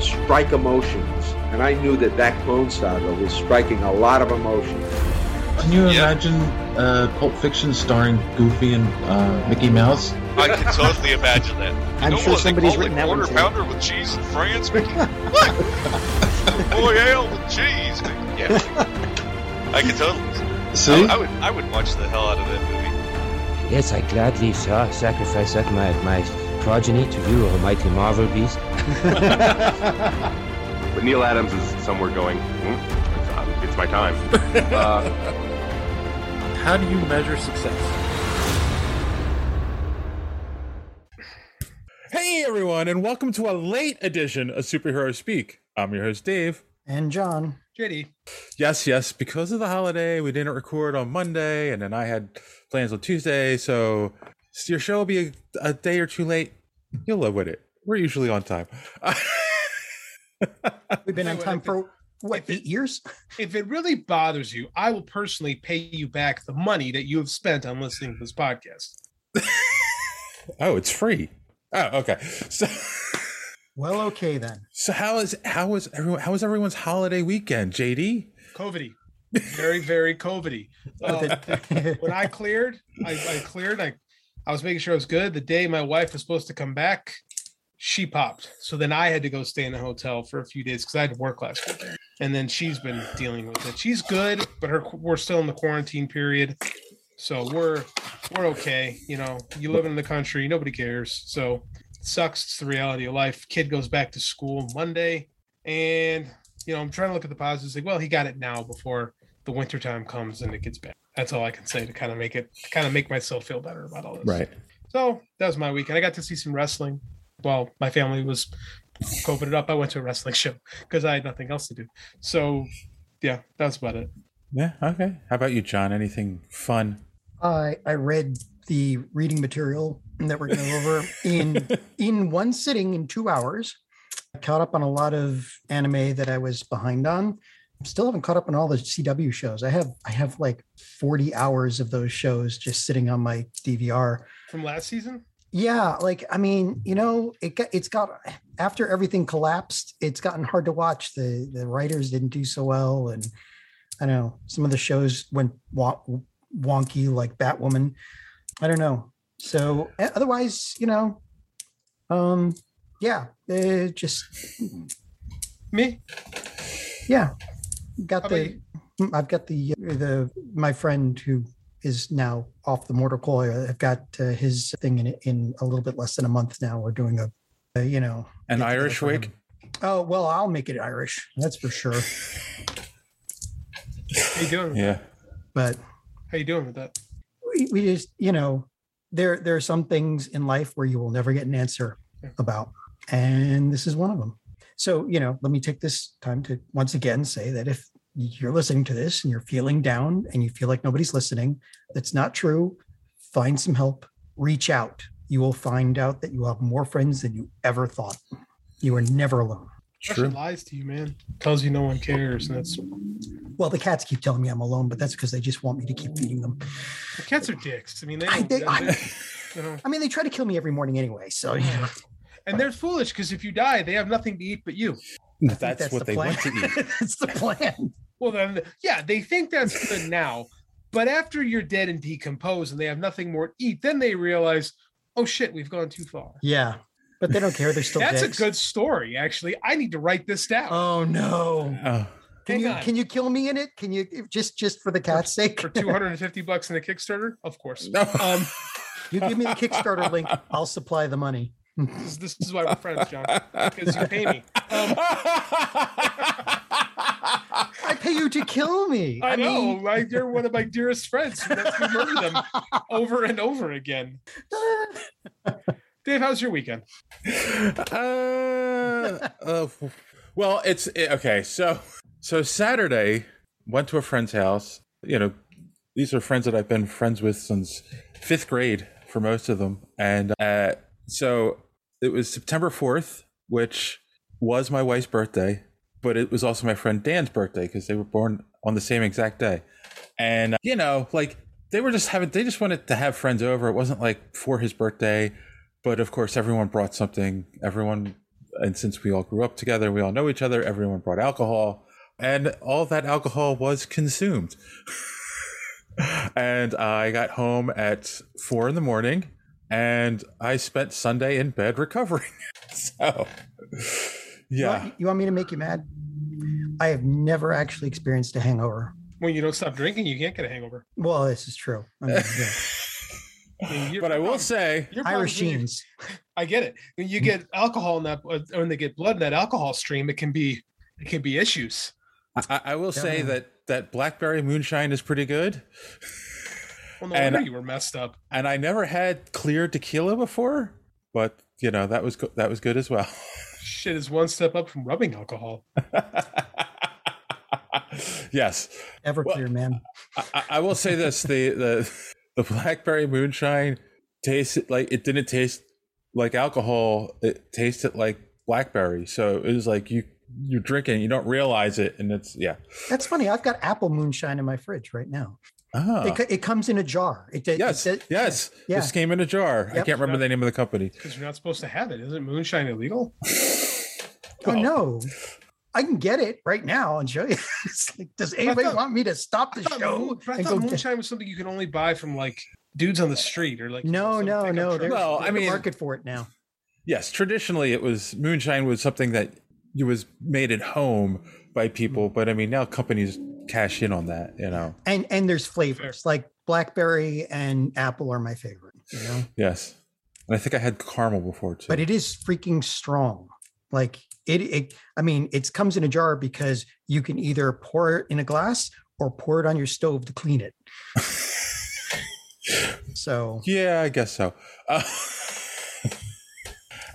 strike emotions, and I knew that that Clone Saga was striking a lot of emotions. Can you imagine uh, Pulp Fiction starring Goofy and uh, Mickey Mouse? I can totally imagine that. I'm no sure what, somebody's they call written it that one quarter too. pounder with cheese in France, Mickey. what? Boyle with cheese, Mickey. Yeah. I could totally. See? oh. I, I would. I would watch the hell out of that movie. Yes, I gladly sa- sacrifice that my, my progeny to you, a mighty marvel beast. But Neil Adams is somewhere going, hmm, it's, uh, it's my time. Uh, How do you measure success? Hey everyone, and welcome to a late edition of Superhero Speak. I'm your host Dave. And John. JD. Yes, yes, because of the holiday, we didn't record on Monday, and then I had plans on Tuesday, so your show will be a, a day or two late. You'll live with it. We're usually on time. We've been on time for what, eight years? if it really bothers you, I will personally pay you back the money that you have spent on listening to this podcast. oh, it's free. Oh, okay. So Well, okay then. so how is how is everyone how was everyone's holiday weekend, JD? COVIDy. Very, very COVIDy. Uh, when I cleared, I, I cleared. I, I was making sure I was good. The day my wife was supposed to come back, she popped. So then I had to go stay in a hotel for a few days because I had to work last week. And then she's been dealing with it. She's good, but her we're still in the quarantine period, so we're we're okay. You know, you live in the country, nobody cares. So it sucks. It's the reality of life. Kid goes back to school Monday, and you know I'm trying to look at the positives. Like, well, he got it now before the winter time comes and it gets bad. That's all I can say to kind of make it kind of make myself feel better about all this. So that was my weekend. I got to see some wrestling while my family was COVIDed up. I went to a wrestling show because I had nothing else to do. So yeah, that's about it. Yeah, okay. How about you, John? Anything fun? I I read the reading material that we're going over in in one sitting in two hours. I caught up on a lot of anime that I was behind on. Still haven't caught up on all the CW shows. I have I have like 40 hours of those shows just sitting on my DVR. From last season? Yeah, like I mean, you know, it got, it's got after everything collapsed, it's gotten hard to watch. The the writers didn't do so well, and I don't know some of the shows went won- wonky, like Batwoman. I don't know. So o- otherwise, you know, um, yeah, uh, just Me? yeah, got How about the Mm, I've got the uh, the my friend who is now off the mortal coil. I've got uh, his thing in in a little bit less than a month now. We're doing a, a you know An get together Irish for him. wig? Oh well, I'll make it Irish. That's for sure. How you doing? Yeah. But How you doing with that? we, we just you know there there are some things in life where you will never get an answer about, and this is one of them. So you know, let me take this time to once again say that if you're listening to this and you're feeling down and you feel like nobody's listening, that's not true. Find some help. Reach out. You will find out that you have more friends than you ever thought. You are never alone. Russia lies to you, man. Tells you no one cares, and that's Well, the cats keep telling me I'm alone, but that's because they just want me to keep feeding them. the cats are dicks. I mean, they, I don't- think- they're- you know, I mean, they try to kill me every morning anyway. So, you know, and they're foolish because if you die, they have nothing to eat but you. That's, that's what the they plan. want to eat. that's the plan. Well, then, yeah, they think that's good now, but after you're dead and decomposed, and they have nothing more to eat, then they realize, oh shit, we've gone too far. Yeah. But they don't care. They're still That's dicks. a good story, actually. I need to write this down Oh no. Oh, Can Hang you on. can you kill me in it? Can you if- just just for the cat's sake? for 250 bucks in the Kickstarter. Of course. no. Um, You give me the Kickstarter link, I'll supply the money. this, this is why we're friends, John, because you pay me. Um, I pay you to kill me. I, know, mean, like you're one of my dearest friends. You let me murder them over and over again. Dave, how's your weekend? uh, uh, Well, it's it- okay. So, so Saturday went to a friend's house. You know, these are friends that I've been friends with since fifth grade for most of them, and uh, so it was September fourth, which was my wife's birthday, but it was also my friend Dan's birthday because they were born on the same exact day, and uh, you know, like they were just having, they just wanted to have friends over. It wasn't like for his birthday, but of course, everyone brought something. Everyone and since we all grew up together, we all know each other, everyone brought alcohol, and all that alcohol was consumed. and I got home at four in the morning, and I spent Sunday in bed recovering. so, You yeah. want- you want me to make you mad? I have never actually experienced a hangover. When you don't stop drinking, you can't get a hangover. Well, this is true. I mean, yeah. but I will say, You're probably- Irish jeans. I get it. When you get alcohol in that, or when they get blood in that alcohol stream, it can be, it can be issues. I, I will say Yeah. that that blackberry moonshine is pretty good. Well, no And- wonder you were messed up. and I never had clear tequila before, but you know that was go- that was good as well. Shit is one step up from rubbing alcohol. yes, Everclear, man. I, I- I will say this: the the the blackberry moonshine tasted like it didn't taste like alcohol. It tasted like blackberry, so it was like you you're drinking, you don't realize it, and it's yeah. That's funny. I've got apple moonshine in my fridge right now. Ah. It, co- it comes in a jar. It, it, Yes, it- yes. yeah. This came in a jar. I Yep. can't remember the name of the company. Because you're not supposed to have it. Isn't moonshine illegal? oh no, I can get it right now and show you. It's like, does anybody thought- want me to stop the I thought, show? moon- I and thought go get- moonshine was something you can only buy from like dudes on the street or like. No, no, no. There's, Well, I there's a mean- market for it now. Yes, traditionally it was moonshine was something that you was made at home by people, but I mean now companies cash in on that, you know. And and there's flavors like blackberry and apple are my favorite. You know, Yes. And I think I had caramel before too. but it is freaking strong. Like it, it. I mean, it comes in a jar because you can either pour it in a glass or pour it on your stove to clean it. so yeah, I guess so. Uh,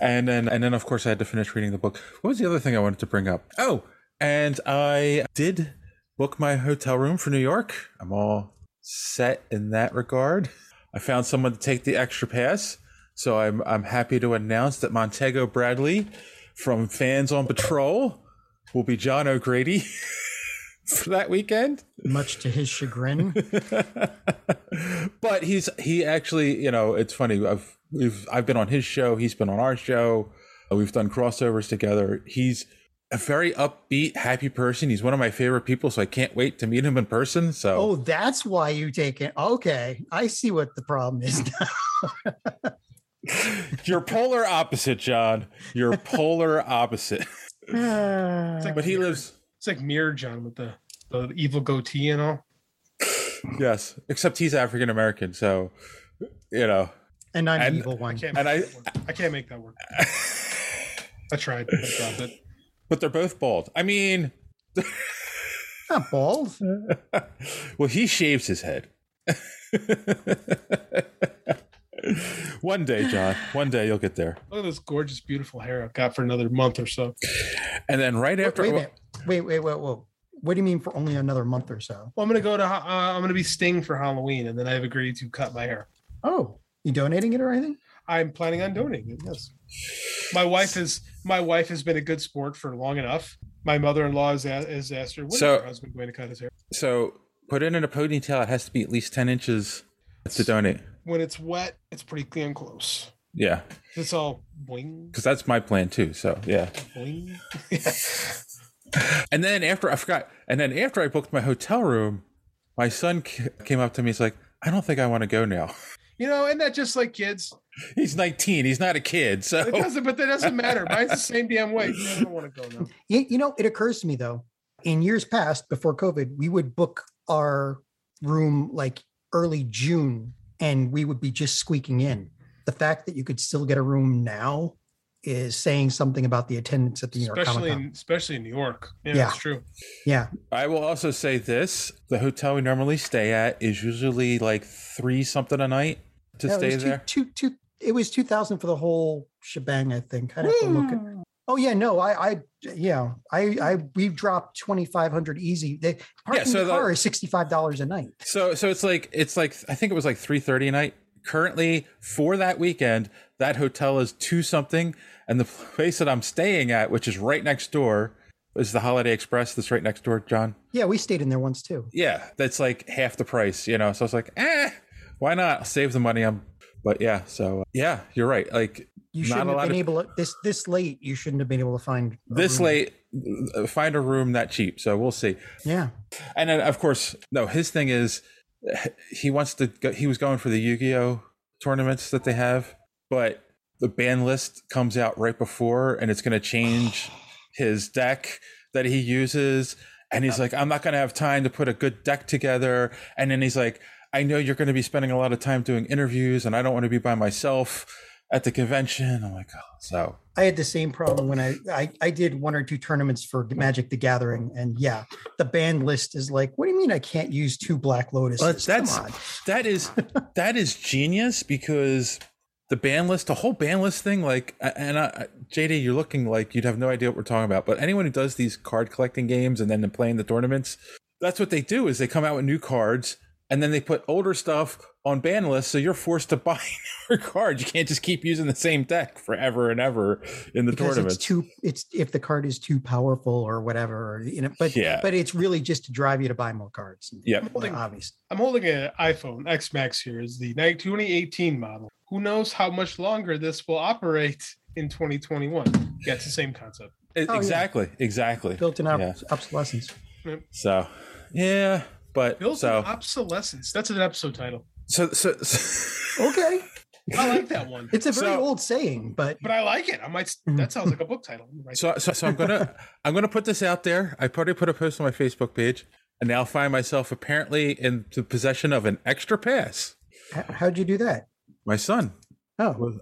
and then and then of course I had to finish reading the book. What was the other thing I wanted to bring up? Oh, and I did book my hotel room for New York. I'm all set in that regard. I found someone to take the extra pass, so I'm I'm happy to announce that Montego Bradley from Fans on Patrol will be John O'Grady for that weekend. much to his chagrin. but he's he actually you know it's funny i've we've i've been on his show he's been on our show uh, we've done crossovers together he's a very upbeat happy person he's one of my favorite people so i can't wait to meet him in person so Oh, that's why you take it. Okay, I see what the problem is. now. you're polar opposite john you're polar opposite It's like but he mirror- lives It's like Mirror John with the the evil goatee and all. yes except he's african american so you know And I'm And- the evil one. Can't and i I can't make that work. I tried. I dropped it. but they're both bald i mean Not bald. well, he shaves his head. One day, John. One day you'll get there. Look at this gorgeous, beautiful hair I've got for another month or so. And then right Wait, after, wait a minute. Wait, wait, wait, whoa. What do you mean for only another month or so? Well, I'm gonna go to. ha- Uh, I'm gonna be Sting for Halloween, and then I've agreed to cut my hair. Oh, you donating it or anything? I'm planning on donating it. Yes. My wife is. My wife has been a good sport for long enough. My mother-in-law has, a- has asked her when is So- her husband going to cut his hair. so put it in a ponytail. It has to be at least ten inches to donate. When it's wet, it's pretty damn close. Yeah, It's all boing, because that's my plan too. So yeah. boing. And then after I forgot. And then after I booked my hotel room, my son ca- came up to me. He's like, "I don't think I want to go now." You know, and that just like kids. He's 19. He's not a kid. It So doesn't, but that doesn't matter. Mine's the same damn way. I don't want to go now. You, you know, it occurs to me though, in years past before COVID, we would book our room like early June and we would be just squeaking in. The fact that you could still get a room now is saying something about the attendance at the New York especially Comic Con. in especially in New York. Yeah, Yeah. that's true. yeah. I will also say this: the hotel we normally stay at is usually like three something a night to No, it stay was there. Two, two, two, it was 2000 for the whole shebang, I think. I'd have to look at Oh yeah, no, I, I, yeah, I, I, we dropped twenty five hundred easy. They, parking so the the- car is sixty five dollars a night. So so it's like it's like I think it was like three thirty a night. Currently for that weekend, that hotel is two something, and the place that I'm staying at, which is right next door, is the Holiday Express. That's right next door, John. Yeah, we stayed in there once too. Yeah, that's like half the price, you know. So I was like, eh, why not? I'll save the money. I'm, but yeah. So uh, yeah, you're right. Like You not shouldn't a have lot been of able to, this this late. You shouldn't have been able to find a this room. late uh, find a room that cheap. So we'll see. Yeah, And then, of course, no, his thing is eh, he wants to go, he was going for the Yu Gi Oh tournaments that they have, but the ban list comes out right before and it's going to change his deck that he uses. And he's like, I'm not going to have time to put a good deck together. And then he's like, I know you're going to be spending a lot of time doing interviews and I don't want to be by myself at the convention. I'm like, oh, so I had the same problem when I, I I did one or two tournaments for Magic the Gathering, and yeah, the ban list is like, what do you mean I can't use two Black Lotuses? But that's Come on. that is that is genius because the ban list, the whole ban list thing, like, and I, JD, you're looking like you'd have no idea what we're talking about. But anyone who does these card collecting games and then playing the tournaments, that's what they do is they come out with new cards and then they put older stuff on ban lists, so you're forced to buy newer cards. You can't just keep using the same deck forever and ever in the because tournaments. it's too it's if the card is too powerful or whatever, or, you know. But Yeah. but it's really just to drive you to buy more cards. Yep. Well, obvious. I'm holding an iPhone X Max here. Is the 2018 model. Who knows how much longer this will operate in 2021? Yeah, it's the same concept. E- Oh, yeah. exactly, exactly. Built-in op- obsolescence. So, yeah, but Built-in so obsolescence. That's an episode title. so so. so Okay, I like that one. It's a very old saying, but but I like it. I might. That sounds like a book title. Right. So, so, so I'm gonna I'm gonna put this out there. I probably put a post on my Facebook page, and now find myself apparently in the possession of an extra pass. H- how'd you do that? My son. Oh,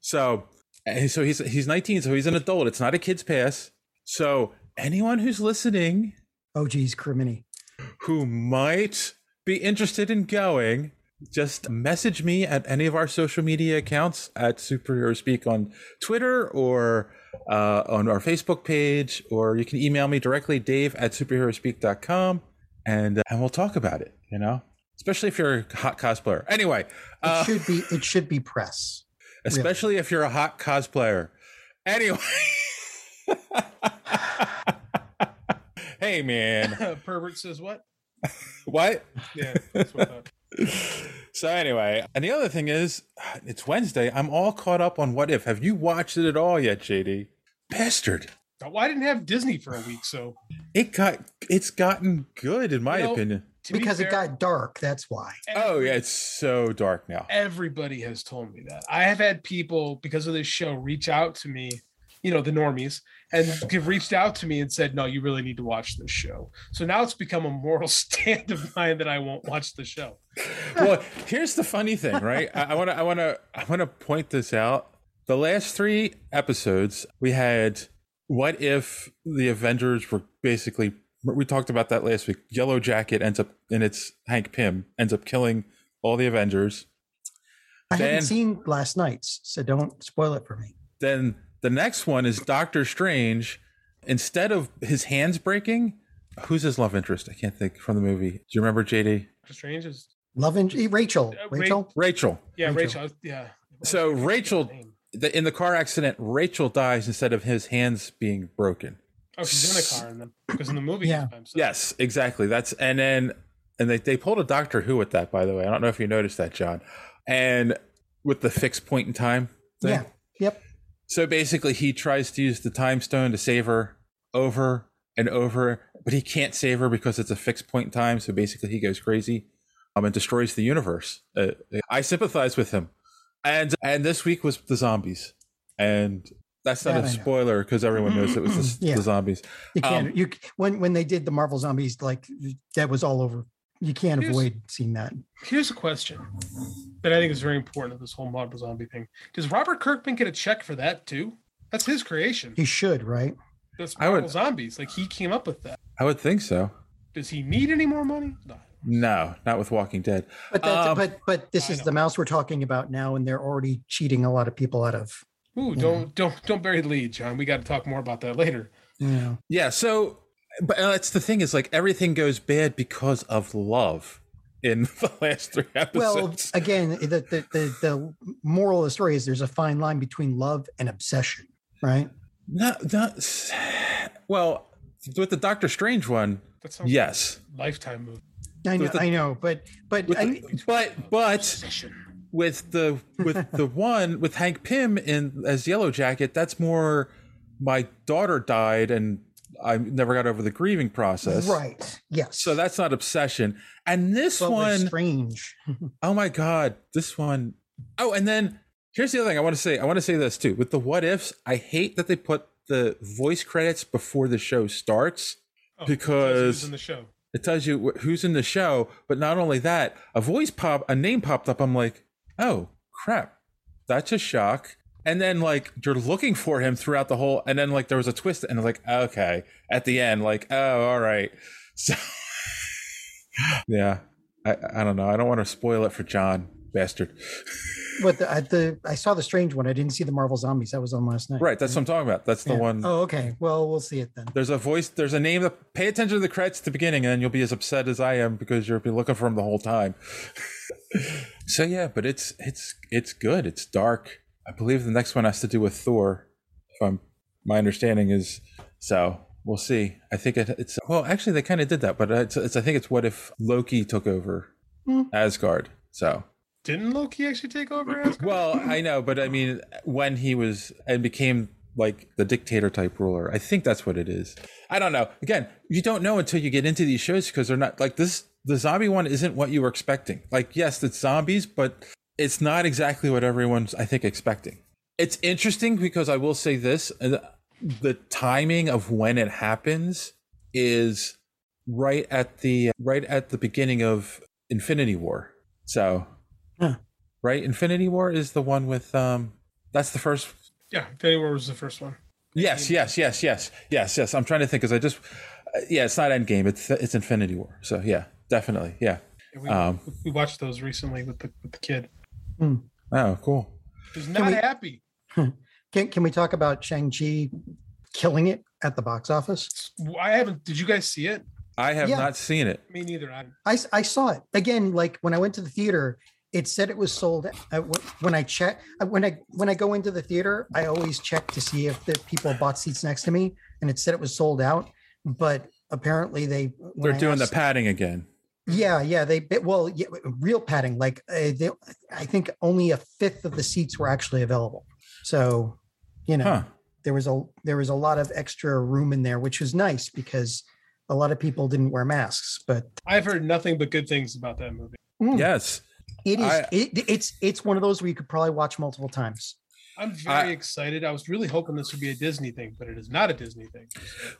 So, and so he's he's 19, so he's an adult. It's not a kid's pass. So anyone who's listening, oh geez, criminy. who might be interested in going, just message me at any of our social media accounts at Superhero Speak on Twitter or uh, on our Facebook page, or you can email me directly, dave at superheroespeak.com, and, uh, and we'll talk about it, you know? Especially if you're a hot cosplayer. Anyway, uh, It Uh. should be it should be press. Really. especially if you're a hot cosplayer. Anyway. hey, man. Pervert says what? What? Yeah. so anyway, and the other thing is, it's Wednesday. I'm all caught up on What If. Have you watched it at all yet, JD? Bastard! Well, I didn't have Disney for a week, so It got it's gotten good in my You know, opinion. to be Because it fair- got dark, that's why. Oh yeah, it's so dark now. everybody has told me that. I have had people because of this show reach out to me, you know, the normies, and have reached out to me and said, "No, you really need to watch this show." So now it's become a moral stand of mine that I won't watch the show. well, here's the funny thing, right? I want to, I want to, I want to point this out. The last three episodes, we had what if the Avengers were basically. We talked about that last week. Yellow Jacket ends up, and it's Hank Pym ends up killing all the Avengers. I Then- haven't seen last night's, so don't spoil it for me. Then the next one is Doctor Strange. Instead of his hands breaking, who's his love interest? I can't think from the movie. Do you remember JD? Doctor Strange is Love and eh, Rachel. Uh, Ra- Rachel. Rachel. yeah, Rachel. Rachel. yeah, So Rachel, the, in the car accident, Rachel dies instead of his hands being broken. oh, she's in a car, and then because in the movie, Yeah. Yes, exactly. That's and then and they they pulled a Doctor Who with that, by the way. I don't know if you noticed that, John. And with the fixed point in time thing. Yeah. Yep. So basically, he tries to use the time stone to save her over and over, but he can't save her because it's a fixed point in time. So basically, he goes crazy um, and destroys the universe. Uh, I sympathize with him. And and this week was the zombies, and that's not That a I know. spoiler because everyone knows it was the, s- Yeah. the zombies. You can't. Um, you c- when when they did the Marvel zombies, like that was all over. You can't Here's- avoid seeing that. Here's a question that I think is very important of this whole Marvel zombie thing. Does Robert Kirkman get a check for that too? That's his creation. You should, right? That's I would- Marvel zombies. Like he came up with that. I would think so. Does he need any more money? No. No, not with Walking Dead. But that's, Um, but but this is the mouse we're talking about now, and they're already cheating a lot of people out of Ooh, Mm-hmm. don't don't don't bury the lead, John. We got to talk more about that later. Yeah. Yeah. So, but that's the thing is like everything goes bad because of love in the last three Well, episodes. again, the, the the the moral of the story is there's a fine line between love and obsession, right? not not well with the Doctor Strange one. That sounds Yes, Lifetime movie. I know, With the- I know, but but I, but but with the with the one with Hank Pym in as Yellow Jacket, that's more. My daughter died, and I never got over the grieving process. right, yes. So that's not obsession. And this But with one, strange. oh my god, this one oh and then here's the other thing I want to say. I want to say this too. With the what ifs, I hate that they put the voice credits before the show starts Oh, because who's in the show. it tells you wh- who's in the show. But not only that, a voice pop, a name popped up. I'm like, oh crap, that's a shock. And then like you're looking for him throughout the whole, and then like there was a twist, and like okay, at the end, like oh all right, so yeah, I I don't know. I don't want to spoil it for John, bastard. But the, I, the I saw the strange one. I didn't see the Marvel Zombies. That was on last night. Right, that's what I'm talking about. That's the Yeah. one. Oh, okay. Well, we'll see it then. There's a voice. There's a name. That, pay attention to the credits at the beginning, and then you'll be as upset as I am because you'll be looking for him the whole time. so yeah, but it's it's it's good. It's dark. I believe the next one has to do with Thor. If I'm my understanding is so. We'll see. I think it, it's well. Actually, they kind of did that, but it's, it's. I think it's what if Loki took over Hmm. Asgard. So Didn't Loki actually take over? Asgard? well, I know, but I mean, when he was and became like the dictator type ruler, I think that's what it is. I don't know. Again, you don't know until you get into these shows because they're not like this. The zombie one isn't what you were expecting. Like, yes, it's zombies, but it's not exactly what everyone's, I think, expecting. It's interesting because I will say this uh, the timing of when it happens is right at the right at the beginning of Infinity War. So right? Infinity War is the one with um that's the first yeah, Infinity War was the first one. Yes, yes, yes, yes. Yes, yes. I'm trying to think cuz I just uh, yeah, it's not Endgame. It's it's Infinity War. So yeah, definitely. Yeah. And we, Um we watched those recently with the with the kid. oh, cool. Who's not we- happy? Can can we talk about Shang Chi killing it at the box office? I haven't. Did you guys see it? I have Yeah. not seen it. Me neither. I, I s- I saw it again. Like when I went to the theater, it said it was sold. I, wh- when I check I- when I when I go into the theater, I always check to see if the people bought seats next to me, and it said it was sold out. But apparently they when They're I doing asked- the padding again. Yeah, yeah, they but- well, yeah, real padding. Like uh, they, I think only a fifth of the seats were actually available. So, you know, Huh. there was a there was a lot of extra room in there, which was nice because a lot of people didn't wear masks. But I've heard nothing but good things about that movie. mm, Yes. it is I- it, it's it's one of those where you could probably watch multiple times. I'm very I- excited. I was really hoping this would be a Disney thing, but it is not a Disney thing.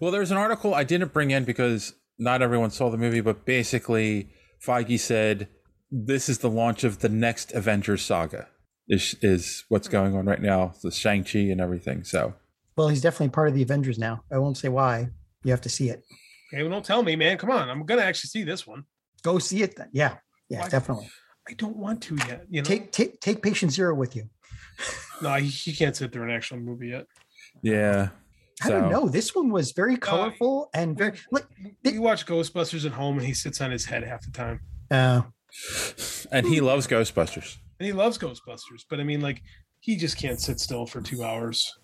Well, there's an article I didn't bring in because not everyone saw the movie, but basically Feige said this is the launch of the next Avengers saga. Is is what's Hmm. going on right now, the Shang-Chi and everything. So Well, he's definitely part of the Avengers now. I won't say why. You have to see it. Okay, well, don't tell me, man. Come on, I'm gonna actually see this one. Go see it then. Yeah, yeah, Why- definitely. I don't want to yet. You know, Take take take patient zero with you. no, he, he can't sit through an actual movie yet. yeah. I So- don't know. This one was very colorful and very like. We watch Ghostbusters at home, and he sits on his head half the time, Uh, and he loves Ghostbusters. and he loves Ghostbusters. But I mean, like, he just can't sit still for two hours.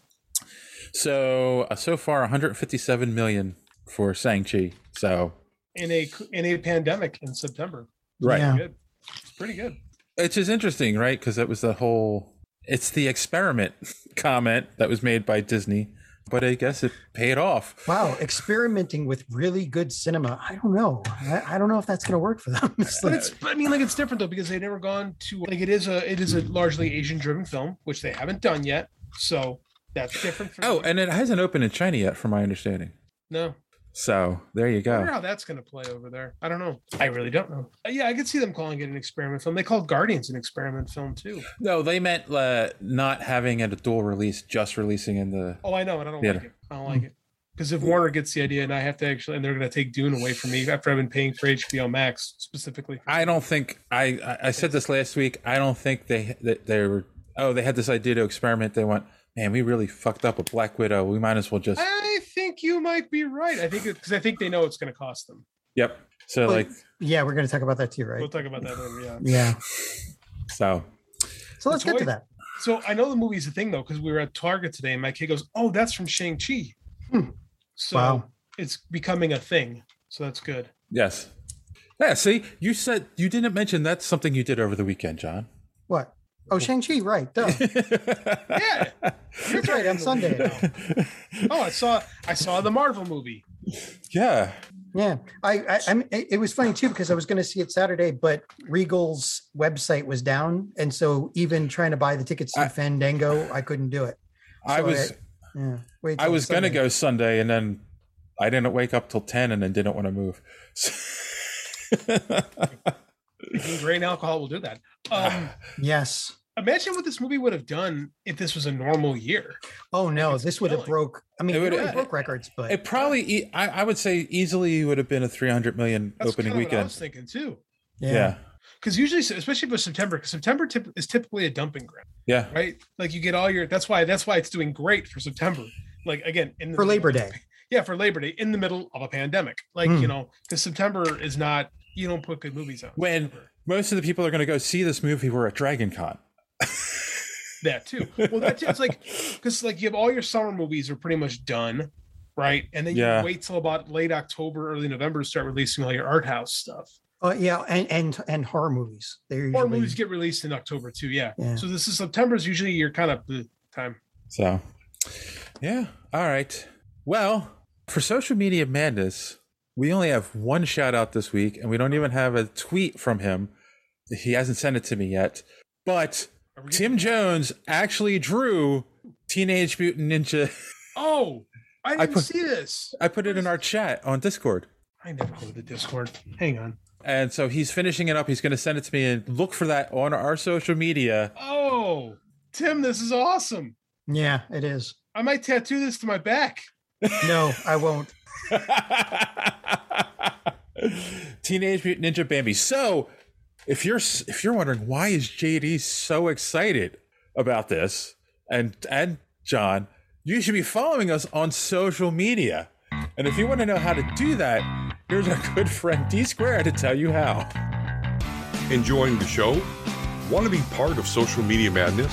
So uh, so far, 157 million for Shang Chi. So In a in a pandemic in September, right, Yeah. good. It's pretty good. which is interesting, right? Because that was the whole. It's the experiment comment that was made by Disney, but I guess it paid off. Wow, experimenting with really good cinema. I don't know. I, I don't know if that's going to work for them. It's But like- it's but I mean, like, it's different though because they've never gone to like it is a it is a largely Asian driven film, which they haven't done yet. So that's different. For Oh, and it hasn't opened in China yet, from my understanding. no, So there you I wonder go. how that's going to play over there. I don't know. I really don't know. Uh, yeah, I could see them calling it an experiment film. They called Guardians an experiment film too. No, they meant uh, not having it a dual release, just releasing in the. Oh, I know, and I don't like Theater. it. I don't like it because if Warner gets the idea, and I have to actually, and they're going to take Dune away from me after I've been paying for HBO Max specifically. I don't think I. I- I said this last week. I don't think they that they were. Oh, they had this idea to experiment. They went. man, we really fucked up with Black Widow. We might as well just. I think you might be right. I think because I think they know it's going to cost them. Yep. So Well, like yeah, we're going to talk about that too, right? We'll talk about that later. Yeah. yeah. so. So let's get to Toy- that. So I know the movie's a thing though because we were at Target today and my kid goes, "Oh, that's from Shang Chi." Hmm. So Wow. it's becoming a thing. So that's good. Yes. Yeah. See, you said you didn't mention that's something you did over the weekend, John. What? Oh, Shang Chi, right? Duh. That's right on Sunday. oh, I saw I saw the Marvel movie. Yeah. Yeah, I, I, I'm, it it was funny too because I was going to see it Saturday, but Regal's website was down, and so even trying to buy the tickets to Fandango, I couldn't do it. I So was yeah, wait I till was gonna Sunday. go Sunday, and then I didn't wake up till ten, and then didn't want to move. Grain alcohol will do that. Um, yes. Imagine what this movie would have done if this was a normal year. Oh no, this would have broke. I mean, It it, would- uh, already broke records, but uh, It probably, e- I, I would say, easily would have been a three hundred million That's opening kind of What I weekend. was thinking too. yeah. yeah, Because usually, especially for September, because September typ is typically a dumping ground, yeah, right? Like you get all your. That's why. That's why it's doing great for September. Like again, in the for middle- Labor Day, yeah, for Labor Day in the middle of a pandemic. Like Hmm. you know, because September is not. You don't put good movies out. When most of the people are going to go see this movie were at Dragon Con. that too. Well, that's it. it's like because like you have all your summer movies are pretty much done, right? And then you Yeah. wait till about late October, early November to start releasing all your art house stuff. uh, yeah, and and and horror movies. They're Horror usually movies get released in October too. Yeah. Yeah. So this is September is usually your kind of bleh time. So, yeah. All right. Well, for social media madness, we only have one shout out this week, and we don't even have a tweet from him. He hasn't sent it to me yet. But Tim Jones actually drew Teenage Mutant Ninja. Oh, I didn't put- see this. I put it in our chat on Discord. I never go to the Discord. Hang on. And so he's finishing it up. He's going to send it to me and look for that on our social media. Oh, Tim, this is awesome. Yeah, it is. I might tattoo this to my back. No, I won't. Teenage Mutant Ninja Bambi. So, if you're if you're wondering why is JD so excited about this, and and John, you should be following us on social media. And if you want to know how to do that, here's our good friend D Square to tell you how. Enjoying the show? Want to be part of social media madness?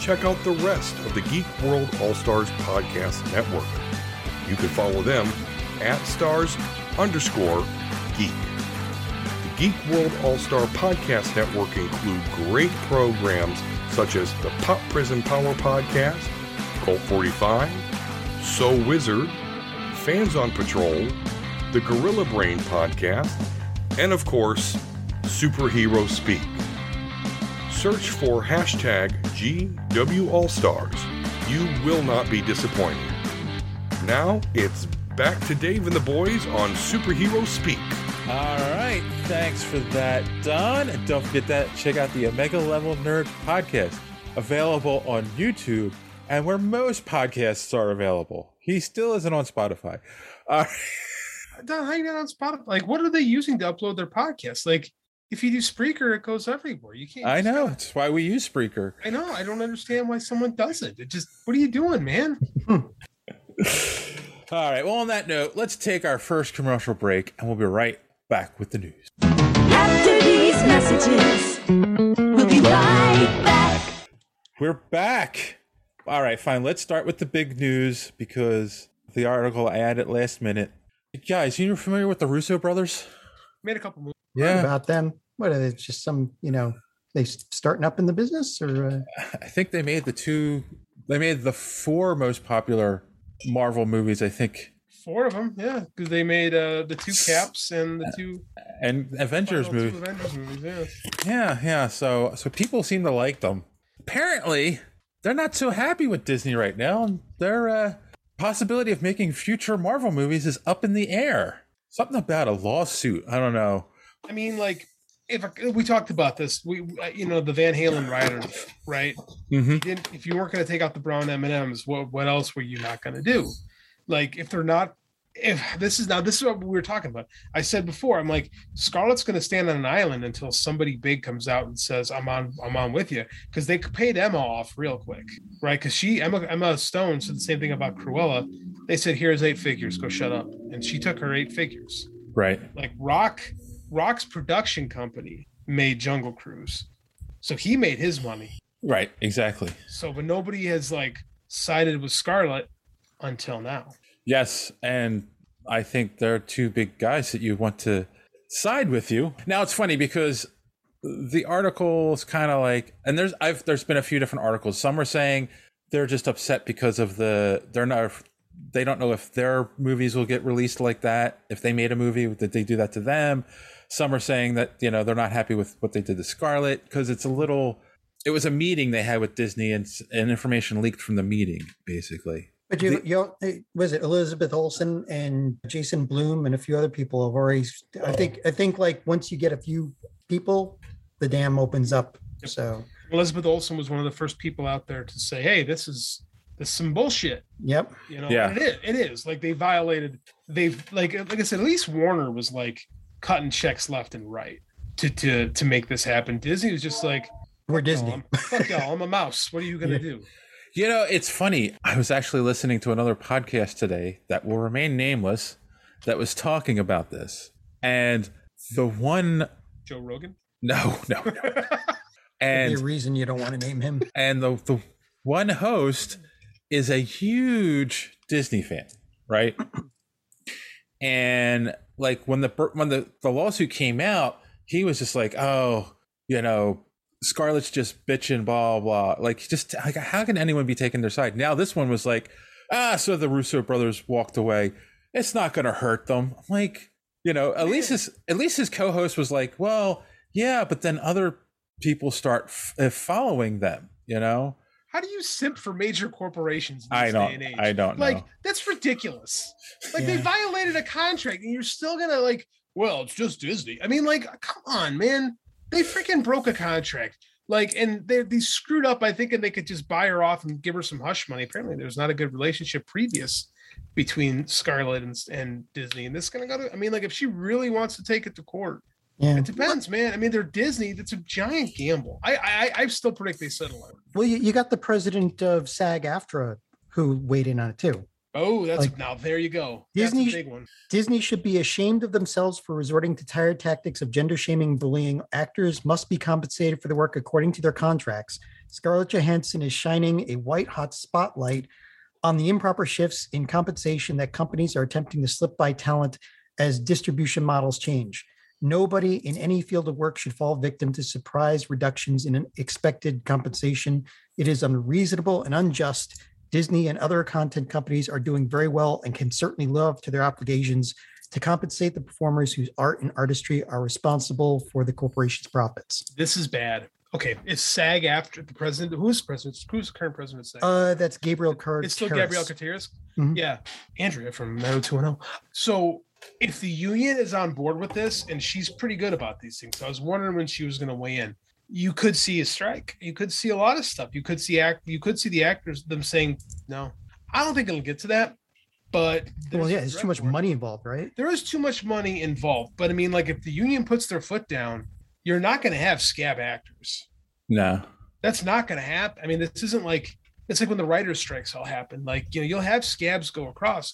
check out the rest of the Geek World All Stars Podcast Network. You can follow them at stars underscore geek. The Geek World All Star Podcast Network include great programs such as the Pop Prison Power Podcast, Cult 45, So Wizard, Fans on Patrol, the Gorilla Brain Podcast, and of course, Superhero Speak. Search for hashtag GWAllStars. You will not be disappointed. Now it's back to Dave and the boys on Superhero Speak. All right, thanks for that, Don. And don't forget that check out the Omega Level Nerd podcast, available on YouTube and where most podcasts are available. He still isn't on Spotify. Uh, All right. Don, how you not on Spotify? Like, what are they using to upload their podcast? Like, if you do Spreaker, it goes everywhere. You can't. I know that's why we use Spreaker. I know. I don't understand why someone does it. It just, what are you doing, man? All right. Well, on that note, let's take our first commercial break, and we'll be right back with the news. After these messages, we'll be right back. We're back. All right, fine. Let's start with the big news because the article I added last minute. Guys, you're familiar with the Russo brothers? Made a couple movies. Yeah. about them. What are they? Just some, you know, they s- starting up in the business, or uh, I think they made the two. They made the four most popular Marvel movies, I think, Four of them, yeah, because they made uh, the two caps and the two and Avengers final two movie. Avengers movies. Yeah. Yeah, yeah. So, so people seem to like them. Apparently, they're not so happy with Disney right now. and Their uh, possibility of making future Marvel movies is up in the air. Something about a lawsuit. I don't know. I mean, like if I- we talked about this, we you know the Van Halen rider, right? Mm-hmm. You didn't, if you weren't going to take out the brown M and M's, what what else were you not going to do? Like if they're not, if this is now this is what we were talking about. I said before, I'm like Scarlett's going to stand on an island until somebody big comes out and says, "I'm on, I'm on with you," because they paid Emma off real quick, right? Because she Emma Emma Stone said the same thing about Cruella. They said, "Here's eight figures, go shut up," and she took her eight figures Right. like rock rock's production company made jungle cruise so he made his money Right. Exactly. so but nobody has like sided with scarlet until now Yes, and I think there are two big guys that you want to side with you. Now it's funny because the article is kind of like, and there's I've there's been a few different articles. Some are saying they're just upset because of the they're not they don't know if their movies will get released like that if they made a movie that they do that to them. Some are saying that you know they're not happy with what they did to Scarlet because it's a little. It was a meeting they had with Disney, and, s- and information leaked from the meeting, basically. But you, you you was it Elizabeth Olsen and Jason Bloom and a few other people have already. I think I think like once you get a few people, the dam opens up. So elizabeth olsen was one of the first people out there to say hey this is this is some bullshit yep, you know Yeah. and it is it is like they violated they've like like i said at least warner was like cutting checks left and right to to to make this happen disney was just like we're disney fuck y'all i'm a mouse what are you gonna do You know, it's funny. I was actually listening to another podcast today that will remain nameless that was talking about this. And the one joe rogan no, no, no. and and the reason you don't want to name him. and the the one host is a huge Disney fan, right? And like when the when the, the lawsuit came out, he was just like, "Oh, you know, Scarlett's just bitching, blah blah." Like, just like, how can anyone be taking their side? Now this one was like, "Ah, so the Russo brothers walked away. It's not going to hurt them." I'm like, you know, at least his at least his co-host was like, "Well, yeah, but then other people start f- uh, following them." You know, How do you simp for major corporations? In this I don't- Day and age? I don't Like know. that's ridiculous. Like they Yeah. violated a contract, and you're still gonna like. Well, it's just Disney. I mean, like, come on, man. They freaking broke a contract. Like, and they they screwed up by thinking they could just buy her off and give her some hush money. Apparently, there was not a good relationship previous between Scarlett and, and Disney. And this is gonna go to. I mean, like, if she really wants to take it to court, Yeah. it depends, man. I mean, they're Disney. That's a giant gamble. I I I still predict they settle it. Well, you, you got the president of SAG-AFTRA who weighed in on it too. Oh, that's Like- now there you go. Disney that's sh- a big one. Disney should be ashamed of themselves for resorting to tired tactics of gender shaming and bullying. Actors must be compensated for their work according to their contracts. Scarlett Johansson is shining a white hot spotlight on the improper shifts in compensation that companies are attempting to slip by talent as distribution models change. Nobody in any field of work should fall victim to surprise reductions in an expected compensation. It is unreasonable and unjust. Disney and other content companies are doing very well and can certainly live up to their obligations to compensate the performers whose art and artistry are responsible for the corporation's profits. This is bad. Okay, it's SAG after the president. Who's the president? Who's the current president? Of SAG? Uh, that's Gabriel Curtis. it's still Gabrielle Gutierrez. Mhm. Yeah, Andrea from 90210. oh. So if the union is on board with this, and she's pretty good about these things, I was wondering when she was going to weigh in. You could see a strike. You could see a lot of stuff. You could see act. You could see the actors them saying no. I don't think it'll get to that, but Well, there's yeah, a there's threat too much money involved, right? there is too much money involved. But I mean, like if the union puts their foot down, you're not going to have scab actors. no, That's not going to happen. I mean, this isn't like it's like when the writers' strikes all happen. Like you know, you'll have scabs go across,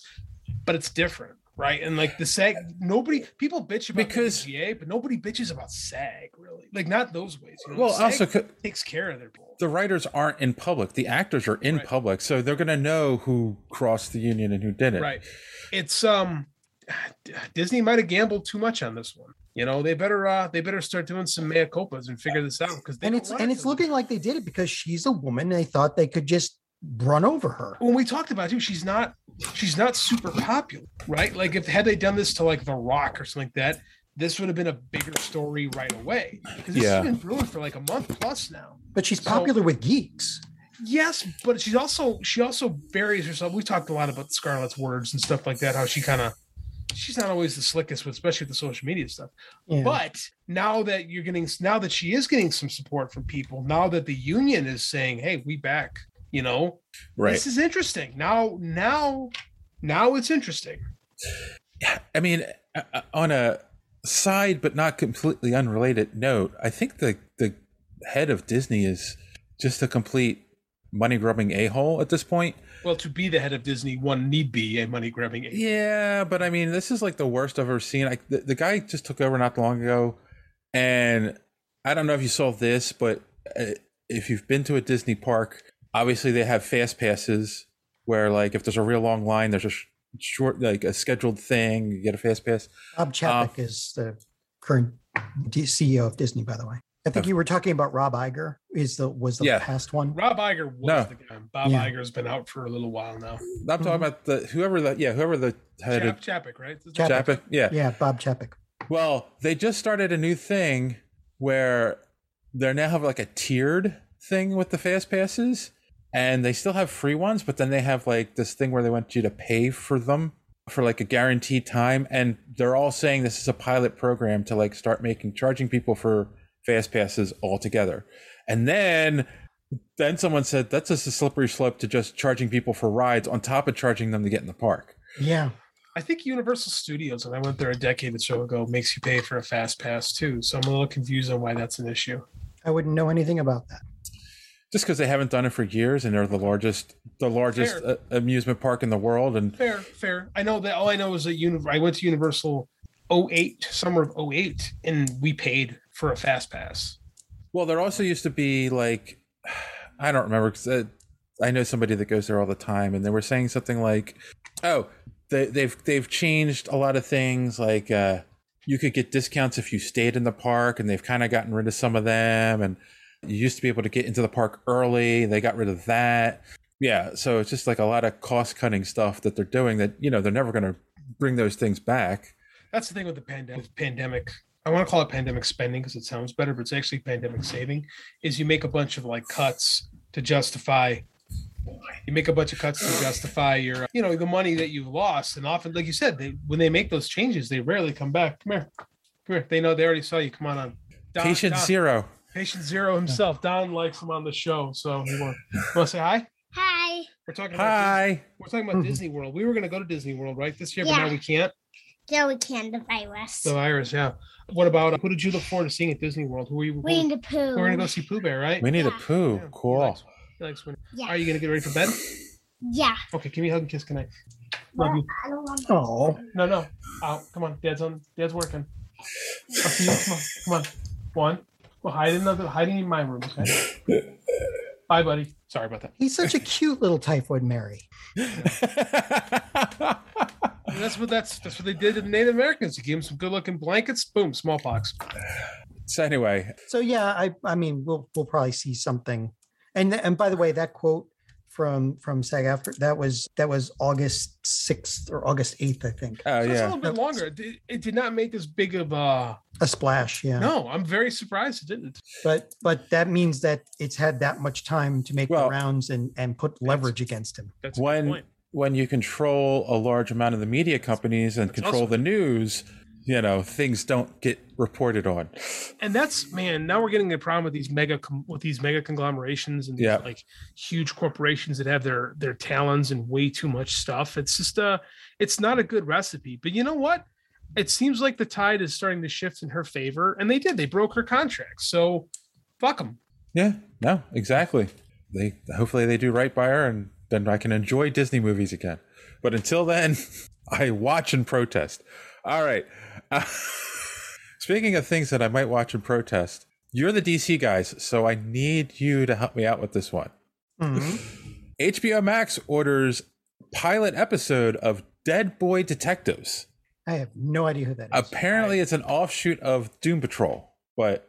but it's different, right? And like the SAG, nobody people bitch about because GA, but nobody bitches about SAG really. Like not those ways. You know? Well, SAG also co- takes care of their the writers aren't in public. The actors are in public, so they're going to know who crossed the union and who didn't. Right. It's um Disney might have gambled too much on this one. You know, they better uh they better start doing some mea culpas and figure this out because they And don't it's want and it it's to- looking like they did it because she's a woman. And they thought they could just run over her. when we talked about it, too, she's not she's not super popular, right? Like if had they done this to like The Rock or something like that, this would have been a bigger story right away. Because this Yeah. has been brewing for like a month plus now. But she's popular with geeks. Yes, but she's also she also varies herself. We talked a lot about Scarlett's words and stuff like that. How she kind of she's not always the slickest, with, especially with the social media stuff. Yeah. But now that you're getting now that she is getting some support from people, now that the union is saying, "Hey, we back," you know, Right. This is interesting. Now, now, now it's interesting. I mean, uh, uh, on a side but not completely unrelated note, I think the the head of Disney is just a complete money grubbing a hole at this point. Well, to be the head of Disney, one need be a money grabbing. Yeah, but I mean, this is like the worst I've ever seen. I, the, the guy just took over not long ago, and I don't know if you saw this, but uh, if you've been to a Disney park, obviously they have fast passes where, like, if there's a real long line, there's a sh- short, like, a scheduled thing, you get a fast pass. Bob Chapek is the current D- CEO of Disney, by the way. I think you were talking about Rob Iger. Is the was the Yeah. past one? Rob Iger was No. the guy. Bob Yeah. Iger's been out for a little while now. I'm talking about the whoever the yeah whoever the head Chap, of Chapek, right? This is Chapek. yeah. Yeah, Bob Chapek. Well, they just started a new thing where they now have like a tiered thing with the fast passes, and they still have free ones, but then they have like this thing where they want you to pay for them for like a guaranteed time, and they're all saying this is a pilot program to like start making charging people for fast passes altogether, and then. Then someone said that's just a slippery slope to just charging people for rides on top of charging them to get in the park. Yeah. I think Universal Studios, and I went there a decade or so ago, makes you pay for a fast pass too. So I'm a little confused on why that's an issue. I wouldn't know anything about that. just because they haven't done it for years and they're the largest the largest Fair. uh, amusement park in the world and Fair, fair. I know that all I know is that uni- I went to Universal 08, summer of 08, and we paid for a fast pass. well there also used to be like i don't remember because uh, i know somebody that goes there all the time and they were saying something like oh they, they've they've changed a lot of things like uh you could get discounts if you stayed in the park and they've kind of gotten rid of some of them and you used to be able to get into the park early they got rid of that yeah so it's just like a lot of cost cutting stuff that they're doing that you know they're never going to bring those things back That's the thing with the pandemic. Pandemic. I want to call it pandemic spending because it sounds better, but it's actually pandemic saving. Is you make a bunch of like cuts to justify. You make a bunch of cuts to justify your, you know, the money that you've lost, and often, like you said, they when they make those changes, they rarely come back. Come here, come here. They know they already saw you. Come on, on. Don- patient Don- zero Patient Zero himself. Don likes him on the show, so you want, to say hi? Hi. We're talking. Hi. About Dis- we're talking about Disney World. We were going to go to Disney World right this year, but Yeah. now we can't. Yeah, we can the virus. The virus, yeah. What about uh, who did you look forward to seeing at Disney World? Who were you? Winnie the Pooh. We're gonna go see Pooh Bear, right? We need a poo. Cool. He likes Winnie- Yeah. Are you gonna get ready for bed? Yeah. Okay, give me a hug and kiss. Can I? Love you. I don't want Oh. No, no. Out. Come on. Dad's on. Dad's working. I'll see you. Come on. Come on. One. Well, hide in another. Hiding in my room. Okay. Bye, buddy. Sorry about that. He's such a cute little typhoid Mary. And that's what that's that's what they did to the Native Americans. You gave them some good looking blankets. Boom, smallpox. So anyway, uh, So yeah, I I mean we'll we'll probably see something. And th- and by the way, that quote from from SAG after that was that was August sixth or August eighth, I think. Oh That's a little bit longer. It, did- it did not make this big of a. a splash, yeah. No, I'm very surprised it didn't. But but that means that it's had that much time to make the rounds and and put leverage against him. That's when when you control a large amount of the media companies and control awesome. the news, you know things don't get reported on. And that's man. Now we're getting a problem with these mega com- with these mega conglomerations and these, Yeah. like huge corporations that have their their talons and way too much stuff. It's just uh it's not a good recipe. But you know what? It seems like the tide is starting to shift in her favor, and they did. They broke her contract, so fuck them. Yeah, no, exactly. They hopefully they do right by her, and then I can enjoy Disney movies again. But until then, I watch and protest. All right. Uh, speaking of things that I might watch and protest, you're the DC guys, so I need you to help me out with this one. HBO Max orders pilot episode of Dead Boy Detectives. I have no idea who that is. Apparently, it's an offshoot of Doom Patrol, but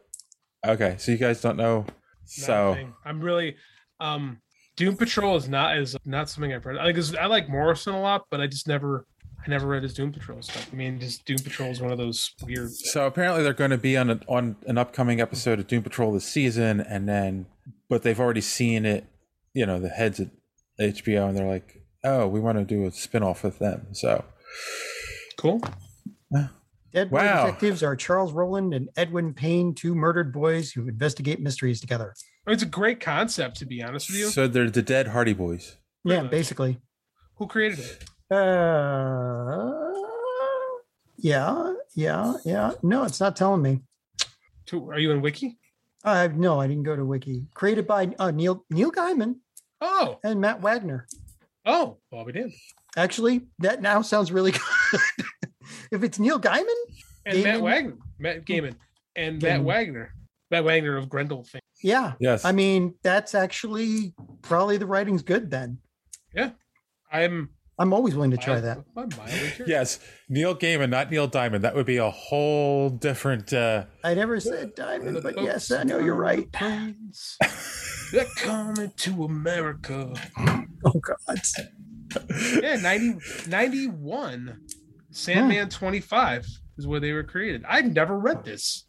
okay, so you guys don't know. So thing. I'm really um Doom Patrol is not is not something I've read. I like I like Morrison a lot, but I just never I never read his Doom Patrol stuff. I mean, just Doom Patrol is one of those weird. So apparently they're going to be on an, on an upcoming episode of Doom Patrol this season, and then but they've already seen it you know the heads at HBO, and they're like, "Oh, we want to do a spinoff with them." So cool. Dead Boy Wow. detectives are Charles Rowland and Edwin Payne, two murdered boys who investigate mysteries together. It's a great concept, to be honest with you. So they're the dead Hardy Boys. Yeah, basically. Who created it? Uh, yeah, yeah, yeah. No, it's not telling me. To, are you in Wiki? Uh, no, I didn't go to Wiki. Created by uh, Neil Neil Gaiman. Oh, and Matt Wagner. Oh, Bobby did. Actually, that now sounds really good. if it's Neil Gaiman And Matt Gaiman? Wagner, Matt Gaiman, and Matt Oh. Gaiman. Wagner, Matt Wagner of Grendel fame. Yeah. Yes. I mean, that's actually probably the writing's good then. Yeah. I'm I'm always willing to try that. I'm mildly curious. Yes, Neil Gaiman, not Neil Diamond. That would be a whole different. Uh, I never said diamond, but yes, I know you're right. Planes, They're coming to America. Oh God. Yeah, 90, 91. Sandman 25 is where they were created. I've never read this.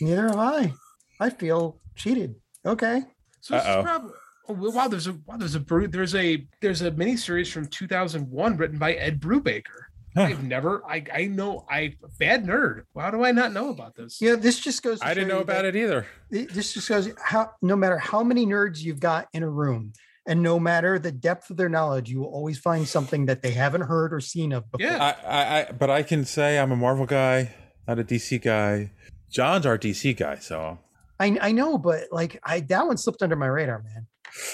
Neither have I. I feel cheated. Okay. So this is probably oh, well, wow, there's a wow, there's a brew there's a there's a miniseries from 2001 written by Ed Brubaker. I've never I I know I bad nerd. How do I not know about this? Yeah, this just goes. I show didn't know you about it that- either. It- This just goes how no matter how many nerds you've got in a room, and no matter the depth of their knowledge, you will always find something that they haven't heard or seen of before. I, I, I, but I can say I'm a Marvel guy, not a DC guy. John's our DC guy, so I, I know, but like I that one slipped under my radar, man.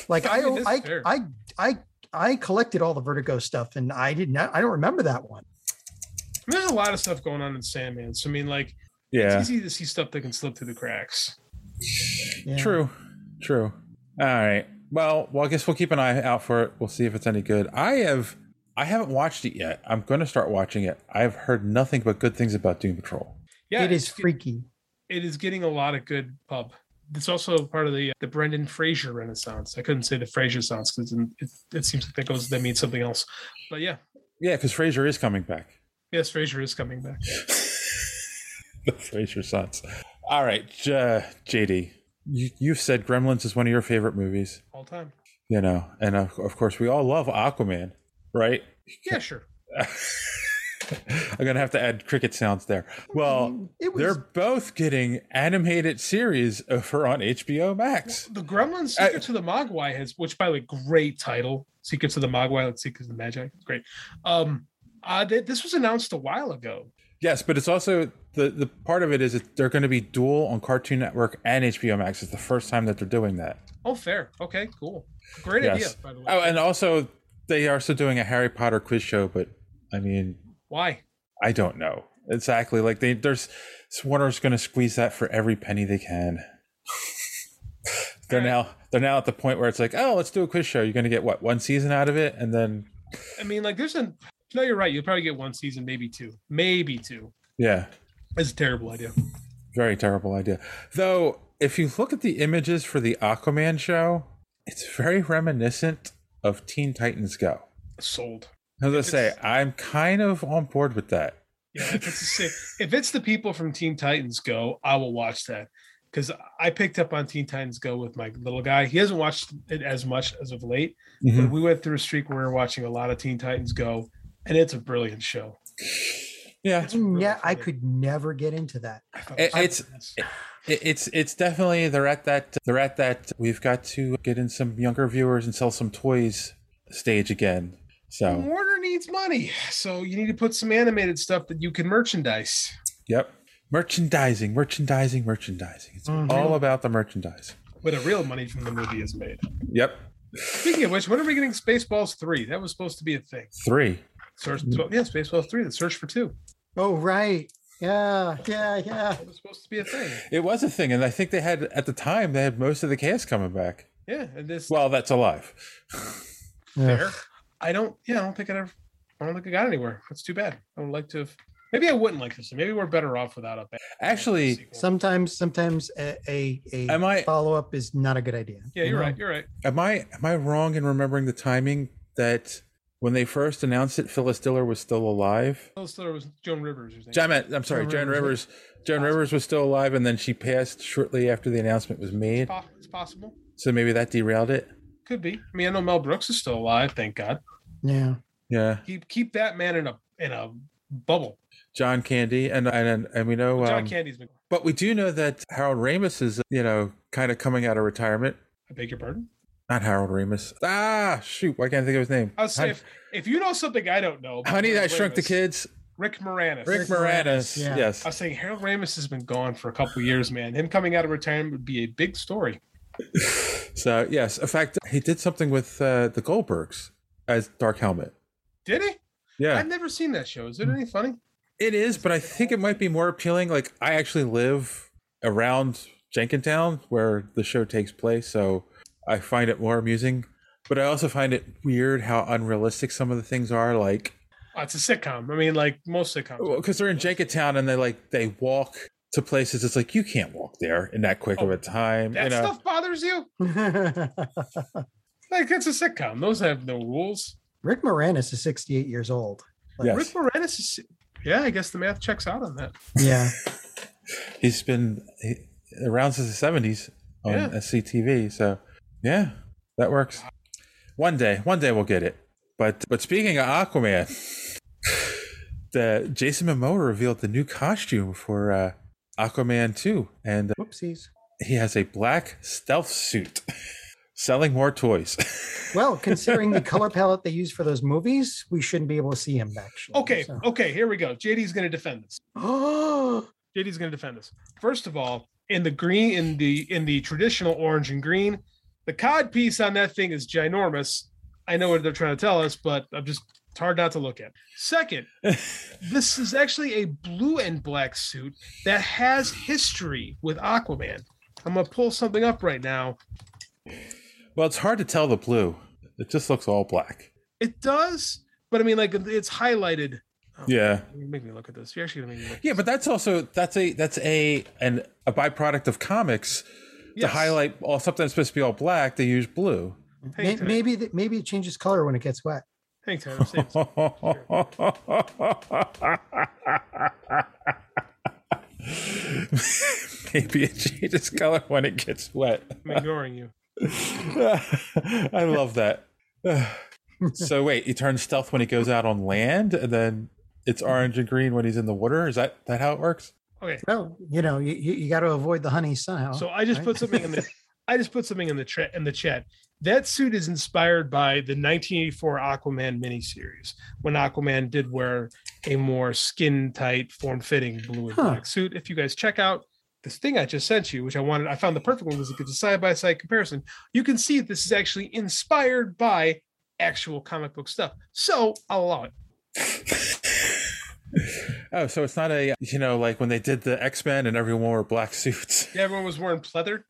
Like I I mean, that's I, fair. I I I collected all the Vertigo stuff, and I did not. I don't remember that one. I mean, there's a lot of stuff going on in Sandman. So I mean like Yeah. it's easy to see stuff that can slip through the cracks. True. True. All right. Well, well, I guess we'll keep an eye out for it. We'll see if it's any good. I have I haven't watched it yet. I'm going to start watching it. I've heard nothing but good things about Doom Patrol. Yeah, it is it's- freaky. it is getting a lot of good pub. It's also part of the uh, the Brendan Fraser Renaissance. I couldn't say the Fraser Renaissance because it, it seems like that goes that means something else. But yeah, Yeah, because Frasier is coming back. yes, Fraser is coming back. The Frasier Sons. All right, J- JD, you, you've said Gremlins is one of your favorite movies. All time. You know, and of, of course we all love Aquaman, right? Yeah, sure. I'm gonna have to add cricket sounds there. Well, they're both getting animated series over on HBO Max. The Gremlins Uh, Secret to the Mogwai has, which by the way, great title. Secrets of the Mogwai, like Secrets of the Magi. It's great. Um, uh, th- this was announced a while ago. Yes, but it's also the the part of it is that they're going to be dual on Cartoon Network and HBO Max. It's the first time that they're doing that. Oh, fair. Okay, cool. Great Yes. idea, by the way. Oh, and also they are still doing a Harry Potter quiz show, but I mean, Why? I don't know exactly. Like they, there's Warner's going to squeeze that for every penny they can. they're now they're now at the point where it's like, oh, let's do a quiz show. You're going to get what one season out of it, and then I mean, like, there's an. No, you're right. You'll probably get one season, maybe two, maybe two. yeah, That's a terrible idea. very terrible idea. Though, if you look at the images for the Aquaman show, it's very reminiscent of Teen Titans Go. Sold. I was gonna say, I'm kind of on board with that. Yeah, if it's, the same, if it's the people from Teen Titans Go, I will watch that because I picked up on Teen Titans Go with my little guy. He hasn't watched it as much as of late, Mhm. but we went through a streak where we were watching a lot of Teen Titans Go, and it's a brilliant show. Yeah. yeah, I could never get into that. It- it's it- it's it's definitely they're at that they're at that we've got to get in some younger viewers and sell some toys stage again. So Warner needs money, so you need to put some animated stuff that you can merchandise. yep, merchandising, merchandising, merchandising. It's all about the merchandise. Where the real money from the movie is made. Yep, Speaking of which, when are we getting Spaceballs three? That was supposed to be a thing. three. Search, Mm-hmm. yeah, Spaceballs three. The search for two. Oh right. Yeah, yeah, yeah. It was supposed to be a thing. It was a thing, and I think they had at the time they had most of the cast coming back. Yeah, and this Well, that's alive. fair. I don't. Yeah, I don't think I ever. I don't think I got anywhere. That's too bad. I would like to have. Maybe I wouldn't like this. Maybe we're better off without a. Bad. Actually, sometimes sometimes a a, a Am I- follow up is not a good idea. Yeah, Uh-huh. you're right. You're right. Am I am I wrong in remembering the timing that when they first announced it, Phyllis Diller was still alive? Phil Stiller was Joan Rivers. His name. John, I'm sorry, Joan Rivers. Joan Rivers was still alive, and then she passed shortly after the announcement was made. Po- It's possible. So maybe that derailed it. Could be. I mean, I know Mel Brooks is still alive. Thank God. Yeah. Yeah. Keep keep that man in a in a bubble. John Candy, and and and we know John um, Candy's been. But we do know that Harold Ramis is, you know, kind of coming out of retirement. I beg your pardon. Not Harold Ramis. Ah, shoot! Why can't I think of his name? I was Hon- if if you know something I don't know, about Honey, Harold that shrunk the Ramis, kids. Rick Moranis. Rick Rick Moranis, Moranis, yeah. yes. I was saying Harold Ramis has been gone for a couple years, man. Him coming out of retirement would be a big story. So yes, in fact, he did something with uh, the Goldbergs as Dark Helmet. Did he? Yeah. Mm-hmm. I've never seen that show. Is it any funny? It is, but I think it might be more appealing. Like I actually live around Jenkintown where the show takes place, so I find it more amusing. But I also find it weird how unrealistic some of the things are. Like Oh, it's a sitcom. I mean, like most sitcoms. because they're in Jenkintown and they like they walk to places. It's like you can't walk there in that quick of a time. Oh, that you know? stuff bothers you? like it's a sitcom. Those have no rules. Rick Moranis is 68 years old. Rick Moranis is. Yeah, I guess the math checks out on that. Yeah. He's been he, around since the seventies on Yeah. SCTV. So yeah, that works. One day, one day we'll get it. But but speaking of Aquaman, the Jason Momoa revealed the new costume for uh, Aquaman two, and uh, whoopsies, he has a black stealth suit. Selling more toys. Well, considering the color palette they use for those movies, we shouldn't be able to see him actually. Okay, okay, here we go. JD's going to defend this. Oh, JD's going to defend this. First of all, in the green, in the in the traditional orange and green, the cod piece on that thing is ginormous. I know what they're trying to tell us, but I'm just it's hard not to look at. Second, this is actually a blue and black suit that has history with Aquaman. I'm gonna pull something up right now. Well, it's hard to tell the blue. It just looks all black. It does, but I mean, like it's highlighted. Yeah. You Make me look at this. You're actually gonna make me look. Yeah, but that's also that's a that's a an a byproduct of comics Yes. to highlight all something that's supposed to be all black. They use blue. May- maybe th- maybe it changes color when it gets wet. Thanks, Adam. Maybe it changes color when it gets wet. I'm ignoring you. I love that. so wait, he turns stealth when he goes out on land, and then it's orange and green when he's in the water. Is that that how it works? Okay. Well, you know, you, you, you got to avoid the honey somehow. So I just right? put something in the I just put something in the chat in the chat. That suit is inspired by the 1984 Aquaman miniseries when Aquaman did wear a more skin tight, form fitting blue and Huh. black suit. If you guys check out this thing I just sent you, which I wanted, I found the perfect one because it gives a side by side comparison. You can see this is actually inspired by actual comic book stuff. So I'll allow it. Oh, so it's not a you know like when they did the X Men and everyone wore black suits. Yeah, everyone was wearing pleather.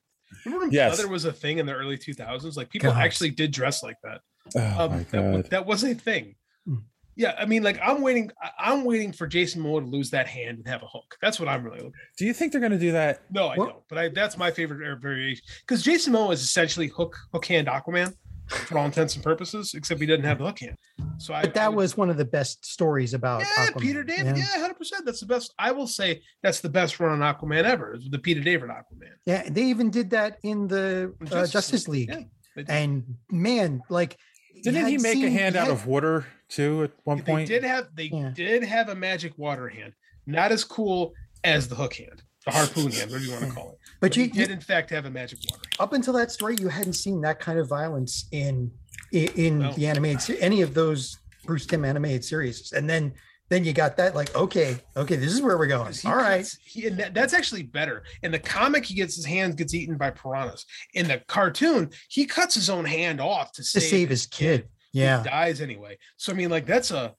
Remember when Yes. pleather was a thing in the early 2000s? Like people God. actually did dress like that. Um, Oh, my that, w- God. that was a thing. Hmm. Yeah, I mean, like I'm waiting. I- I'm waiting for Jason Moore to lose that hand and have a hook. That's what I'm really looking. for. Do you think they're going to do that? No, I don't. But I, that's my favorite air variation because Jason Moore is essentially hook hook hand Aquaman for all intents and purposes, except he doesn't have the hook hand. So I, But that was one of the best stories about yeah, Aquaman, Peter David. Yeah, hundred percent. That's the best. I will say that's the best run on Aquaman ever. Is the Peter David Aquaman. Yeah, they even did that in the uh, Justice Justice League, League. yeah, they did. and man, like, Didn't he had make a seen- hand out had- of water too at one They point? did have they did have a magic water hand, not as cool as the hook hand, the harpoon hand, whatever you want to call it. But he you- did in fact have a magic water. up until that story? You hadn't seen that kind of violence in in, in the animated se- any of those Bruce Tim animated series, and then then you got that like, okay, okay, this is where we're going. He All right, gets- he- and that- that's actually better. In the comic, he gets his hand gets eaten by piranhas. In the cartoon, he cuts his own hand off to to save, save his kid. Yeah, He dies anyway. So I mean, like that's a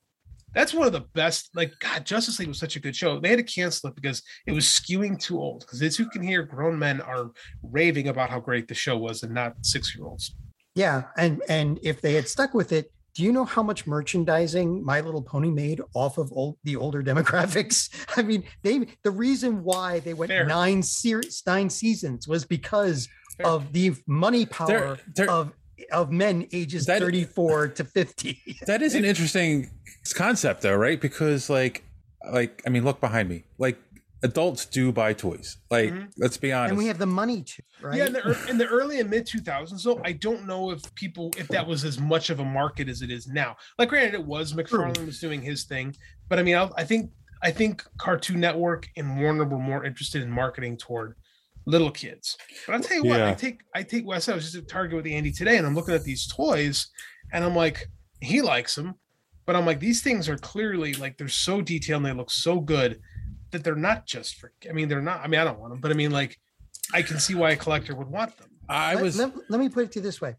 that's one of the best. Like God, Justice League was such a good show. They had to cancel it because it was skewing too old. Because as you can hear, grown men are raving about how great the show was, and not six year olds. yeah, and and if they had stuck with it. Do you know how much merchandising My Little Pony made off of old, the older demographics? I mean, they the reason why they went Fair. nine series, nine seasons was because of the money power Uh, of of men ages 34 to 50. That is an interesting concept, though, right? Because like, like I mean, look behind me. Like adults do buy toys. Like, let's be honest. Mm-hmm. and we have the money to, right? Yeah, in the, ear- in the early and mid 2000s, though, I don't know if people, if that was as much of a market as it is now. Like, granted, it was McFarlane was doing his thing, but I mean, I'll, I think, I think Cartoon Network and Warner were more interested in marketing toward little kids. But I'll tell you what, I Yeah. take, I take Wes. I was just at Target with Andy today, and I'm looking at these toys, and I'm like, he likes them, but I'm like, these things are clearly like they're so detailed and they look so good that they're not just for. I mean, they're not. I mean, I don't want them, but I mean, like, I can see why a collector would want them. I let, let, let me put it to you this way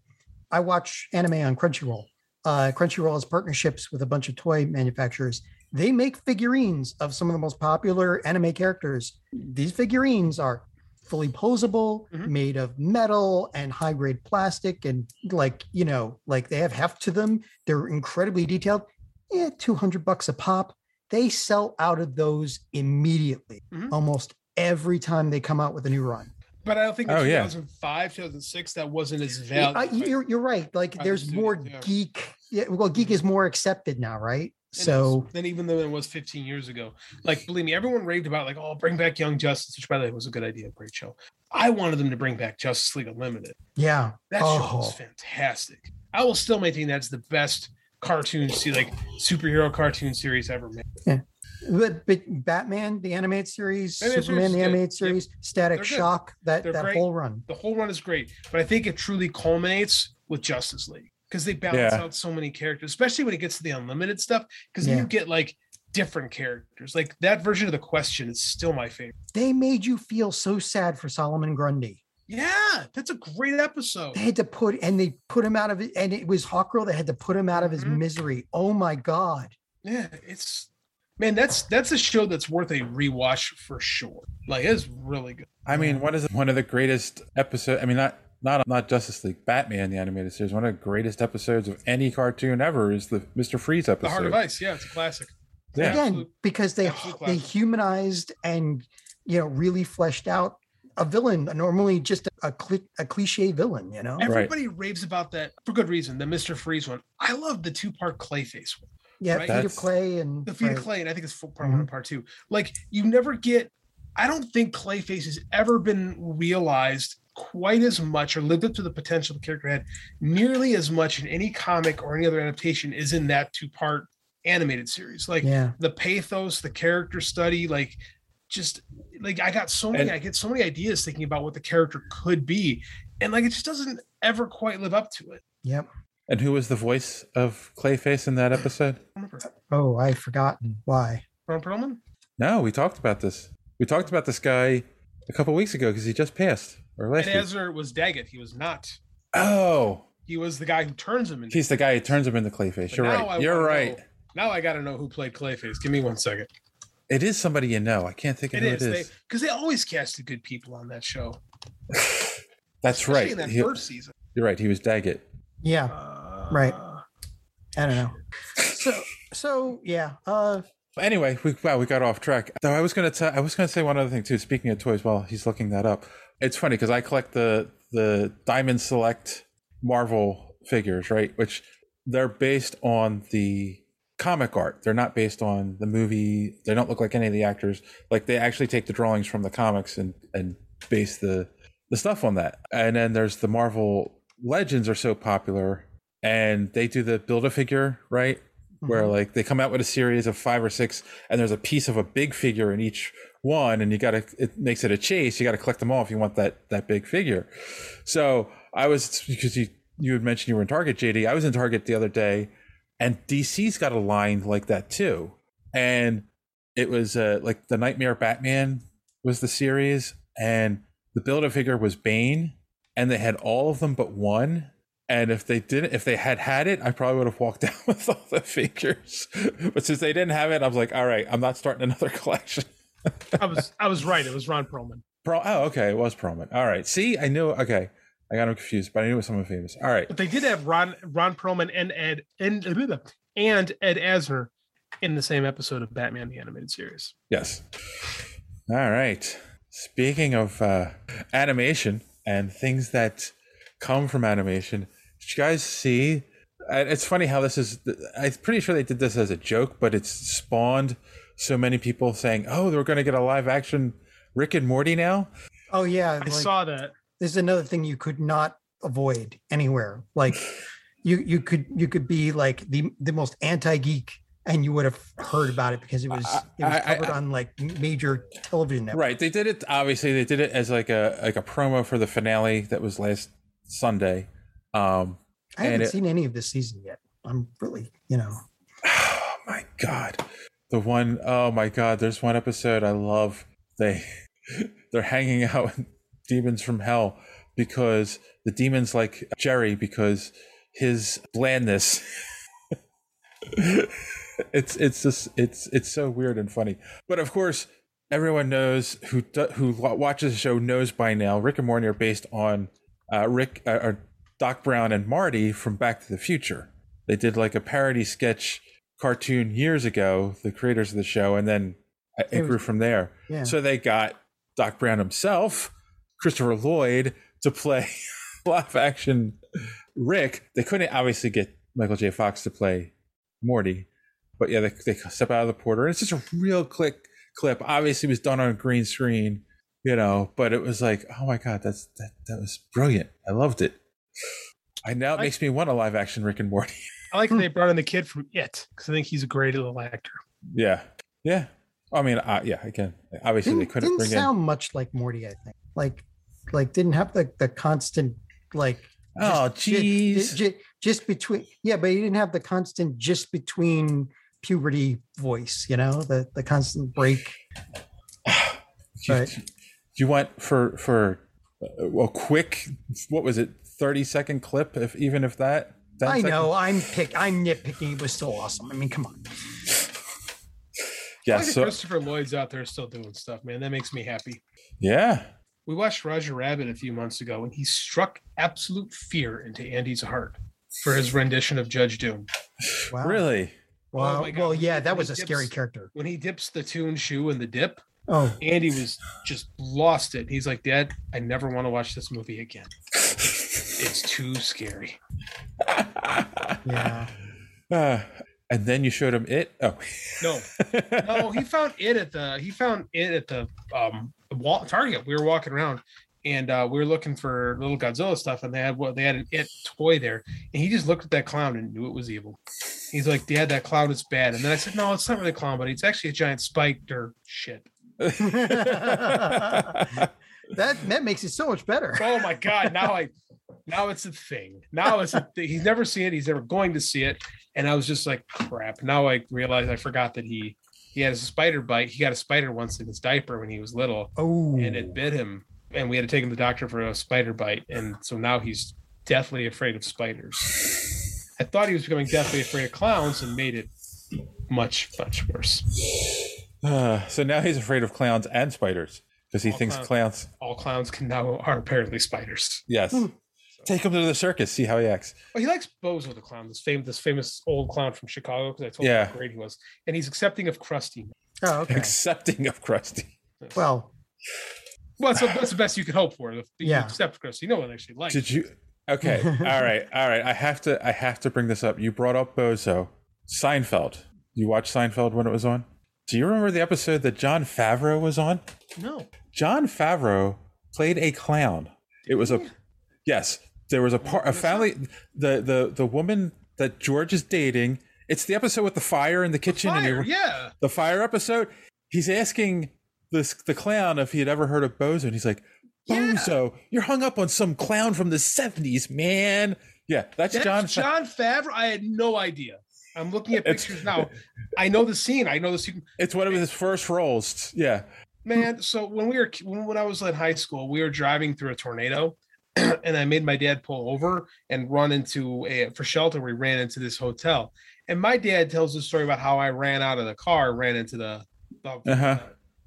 i watch anime on crunchyroll uh, crunchyroll has partnerships with a bunch of toy manufacturers they make figurines of some of the most popular anime characters these figurines are fully posable made of metal and high grade plastic and like you know like they have heft to them they're incredibly detailed yeah 200 bucks a pop they sell out of those immediately almost every time they come out with a new run But I don't think in Oh, yeah. 2005, 2006, that wasn't as yeah, valid. I- you're, you're right. Like I there's understood more it, yeah. Mm-hmm. geek. Yeah, well, geek is more accepted now, right? So than even though it was 15 years ago. Like, believe me, everyone raved about like, oh, bring back Young Justice, which by the way was a good idea, great show. I wanted them to bring back Justice League Unlimited. yeah. That show oh, was fantastic. I will still maintain that's the best cartoon, see like superhero cartoon series ever made. but, but Batman, the animated series, Animated Superman, series is the good. animated series, Static They're good. Shock, that They're that great. whole run. The whole run is great, but I think it truly culminates with Justice League because they balance Yeah. out so many characters, especially when it gets to the unlimited stuff. Because Yeah. you get like different characters. Like that version of the question is still my favorite. They made you feel so sad for Solomon Grundy. Yeah, that's a great episode. They had to put and they put him out of it, and it was Hawkgirl that had to put him out of his Mm-hmm. misery. Oh my god. Yeah, it's man, that's that's a show that's worth a rewatch for sure. Like it's really good. I mean, what is one of the greatest episodes? I mean, not not not Justice League, Batman the animated series. One of the greatest episodes of any cartoon ever is the Mister Freeze The episode. Heart of Ice, yeah, it's a classic. Yeah. Again, because they they humanized and you know really fleshed out a villain, normally just a cli- a cliche villain, you know. Everybody raves about that for good reason. The Mister Freeze one. I love the two part Clayface one. Yeah, right? feet of clay and the feet of right. Mm-hmm. clay, and I think it's full- part one and part two. Like you never get. I don't think Clayface has ever been realized quite as much or lived up to the potential the character had nearly as much in any comic or any other adaptation is in that two part animated series. Like Yeah. the pathos, the character study, like just like I got so many, And- I get so many ideas thinking about what the character could be, and like it just doesn't ever quite live up to it. Yep. And who was the voice of Clayface in that episode? Oh, I've forgotten why. Ron Perlman? No, we talked about this. We talked about this guy a couple weeks ago because he just passed or last And week. Ezra was Daggett. He was not. oh, He was the guy who turns him into. he's the guy who turns him into Clayface. But You're now right. I You're wanna right. know- now I got to know who played Clayface. Give me one second. It is somebody you know. I can't think of It who is it is. because they, always casted good people on that show. That's especially right. in that He- first season. Uh, You're right. He was Daggett. Yeah. right. I don't know. So so yeah. Uh Anyway, we, wow, we got off track. Though I was gonna, t- I was gonna say one other thing too. Speaking of toys, while he's looking that up, it's funny because I collect the the Diamond Select Marvel figures, right? Which they're based on the comic art. They're not based on the movie. They don't look like any of the actors. Like they actually take the drawings from the comics and and base the the stuff on that. And then there's the Marvel Legends are so popular, and they do the build a figure, right? Where like they come out with a series of five or six, and there's a piece of a big figure in each one, and you gotta it makes it a chase. You gotta collect them all if you want that that big figure. So I was because you you had mentioned you were in Target, JD. I was in Target the other day, and DC's got a line like that too. And it was uh, like the Nightmare Batman was the series, and the build a figure was Bane, and they had all of them but one. And if they didn't, if they had had it, I probably would have walked out with all the figures. But since they didn't have it, I was like, all right, I'm not starting another collection. I was I was right. It was Ron Perlman. Pro- oh, okay, it was Perlman. All right, see, I knew. Okay, I got him confused, but I knew it was someone famous. All right, But they did have Ron Ron Perlman and Ed and and Ed Asner in the same episode of Batman the Animated Series. Yes. All right. Speaking of uh, animation and things that come from animation, did you guys see? and It's funny how this is. I'm pretty sure they did this as a joke, but it's spawned so many people saying, "Oh, they're going to get a live action Rick and Morty now." Oh yeah, I saw that. This is another thing you could not avoid anywhere. Like you you could you could be like the the most anti geek and you would have heard about it because it was it was I- I- covered on like major television networks. Right. They did it. Obviously, they did it as like a like a promo for the finale that was last Sunday. Um, I haven't and it- seen any of this season yet. I'm really you know oh God, the one oh my God, there's one episode I love. They they're hanging out with demons from hell because the demons like Jerry because his blandness. it's it's just it's it's so weird and funny. But of course, everyone knows who do- who wa- watches the show knows by now. Rick and Morty are based on uh, Rick uh, or Doc Brown and Marty from Back to the Future. They did like a parody sketch cartoon years ago. The creators of the show, and then it, It was- grew from there. Yeah. So they got Doc Brown himself, Christopher Lloyd, to play live action Rick. They couldn't obviously get Michael J. Fox to play Morty, but yeah, they, they step out of the porter. And it's just a real click clip. Obviously, it was done on a green screen, you know, but it was like, oh my God, that's that, that was brilliant. I loved it. I now it makes me want a live action Rick and Morty. I like that Hmm. they brought in the kid from It because I think he's a great little actor. yeah. Yeah. I mean, uh, yeah, again, obviously they didn't, couldn't didn't bring in. sound much like Morty. I think like like didn't have the the constant like Oh, geez just, between yeah, but he didn't have the constant just between puberty voice. You know the the constant break. Do you, do you want for for a a quick what was it 30 second clip if even if that 10 I second- know I'm pick I'm nitpicking. It was still awesome. I mean, come on. yeah I like that so Christopher Lloyd's out there still doing stuff, man. That makes me happy. yeah We watched Roger Rabbit a few months ago, and he struck absolute fear into Andy's heart for his rendition of Judge Doom. Wow. really Oh Well, my God. well, yeah, that When was he a scary dips- character. When he dips the tune shoe in the dip, Oh. Andy was just lost it. He's like, Dad, I never want to watch this movie again. It's too scary. yeah uh, and then you showed him it oh No, no, Oh, he found it at the he found it at the um wall Target. We were walking around and uh, we were looking for little Godzilla stuff, and they had what they had an it toy there, and he just looked at that clown and knew it was evil. He's like, "Yeah, that clown is bad," and then I said, "No, it's not really a clown, but it's actually a giant spiked or shit." that that makes it so much better. Oh my god! Now I, now it's a thing. Now it's a thing. He's never seen it. He's never going to see it. And I was just like, crap. Now I realize I forgot that he he had a spider bite. He got a spider once in his diaper when he was little, Oh. and Hmm. it bit him. And we had to take him to the doctor for a spider bite. And so now he's deathly afraid of spiders. I thought he was becoming deathly afraid of clowns, and made it much much worse. Uh, so now he's afraid of clowns and spiders because he thinks clowns All clowns can now are apparently spiders. yes Hmm. take him to the circus see how he acts Well, he likes Bozo the clown, this famous, this famous old clown from Chicago. Because I told Yeah. you how great he was, and he's accepting of Krusty. Oh, okay. accepting of Krusty Well, Well, that's, the- that's the best you could hope for. If you Yeah. accept Krusty. You know what I actually like. Did you? Okay. all right. All right. I have to. I have to bring this up. You brought up Bozo. Seinfeld. You watched Seinfeld when it was on. Do you remember the episode that John Favreau was on? No. John Favreau played a clown. It was a yes. There was a part a family the the the woman that George is dating. It's the episode with the fire in the kitchen. fire, and he- yeah. The fire episode. He's asking this the clown if he had ever heard of Bozo, and he's like, Bozo, you're hung up on some clown from the seventies, man. Yeah, that's, That's John. John, Fa- Favreau. I had no idea. I'm looking at It's- pictures now. I know the scene. I know the scene. It's one of his first roles. Yeah. Man, so when we were when, when I was in high school, we were driving through a tornado, and I made my dad pull over and run into a for shelter. We ran into this hotel, and my dad tells the story about how I ran out of the car, ran into the, the Uh huh.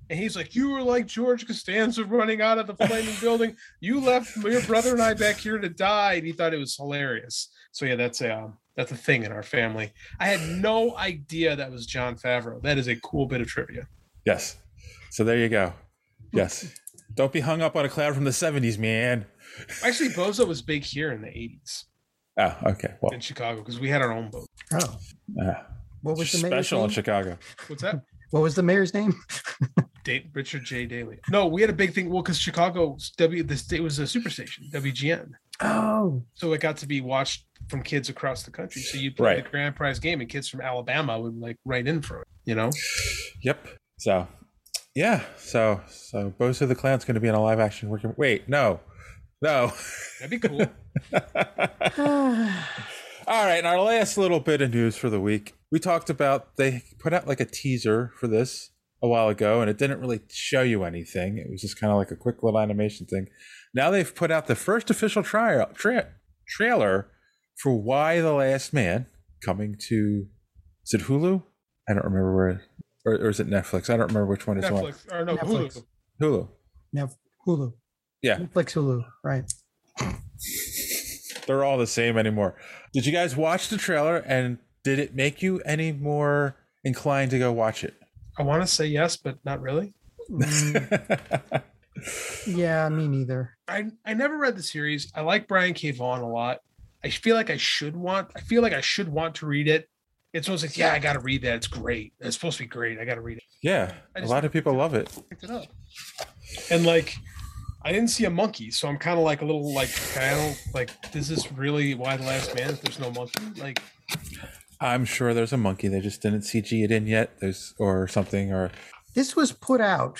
and he's like, "You were like George Costanza running out of the flaming building. You left your brother and I back here to die." And he thought it was hilarious. So yeah, that's a um, that's a thing in our family. I had no idea that was John Favreau. That is a cool bit of trivia. Yes. So there you go. Yes. Don't be hung up on a clown from the seventies, man. Actually, Bozo was big here in the '80s Oh, okay. Well, in Chicago because we had our own boat. Oh, uh, what was the main special in thing? Chicago? What's that? What was the mayor's name? Da- Richard J. Daley. No, we had a big thing. Well, because Chicago W the state was a superstation, WGN. Oh. So it got to be watched from kids across the country. So you play the grand prize game and kids from Alabama would like write in for it, you know? Yep. So, yeah. So, so Bosa the Clown's going to be in a live action working. Wait, no, no. That'd be cool. All right. And our last little bit of news for the week. We talked about they put out like a teaser for this a while ago, and it didn't really show you anything. It was just kind of like a quick little animation thing. Now they've put out the first official trial tra- trailer for Why the Last Man coming to is it Hulu? I don't remember where, or, or is it Netflix? I don't remember which one is on. Netflix or no Netflix. Hulu. Hulu. Nef- Hulu. Yeah. Netflix Hulu. Right. They're all the same anymore. Did you guys watch the trailer and did it make you any more inclined to go watch it? I want to say yes, but not really. Yeah, me neither. I I never read the series. I like Brian K. Vaughan a lot. I feel like I should want. I feel like I should want to read it. It's almost like yeah, I got to read that. It's great. It's supposed to be great. I got to read it. Yeah, I a just- lot of people love it. Picked it up. And like, I didn't see a monkey, so I'm kind of like a little like I don't like. Is this really why the last man? If there's no monkey, like I'm sure there's a monkey. They just didn't CG it in yet. There's or something or This was put out,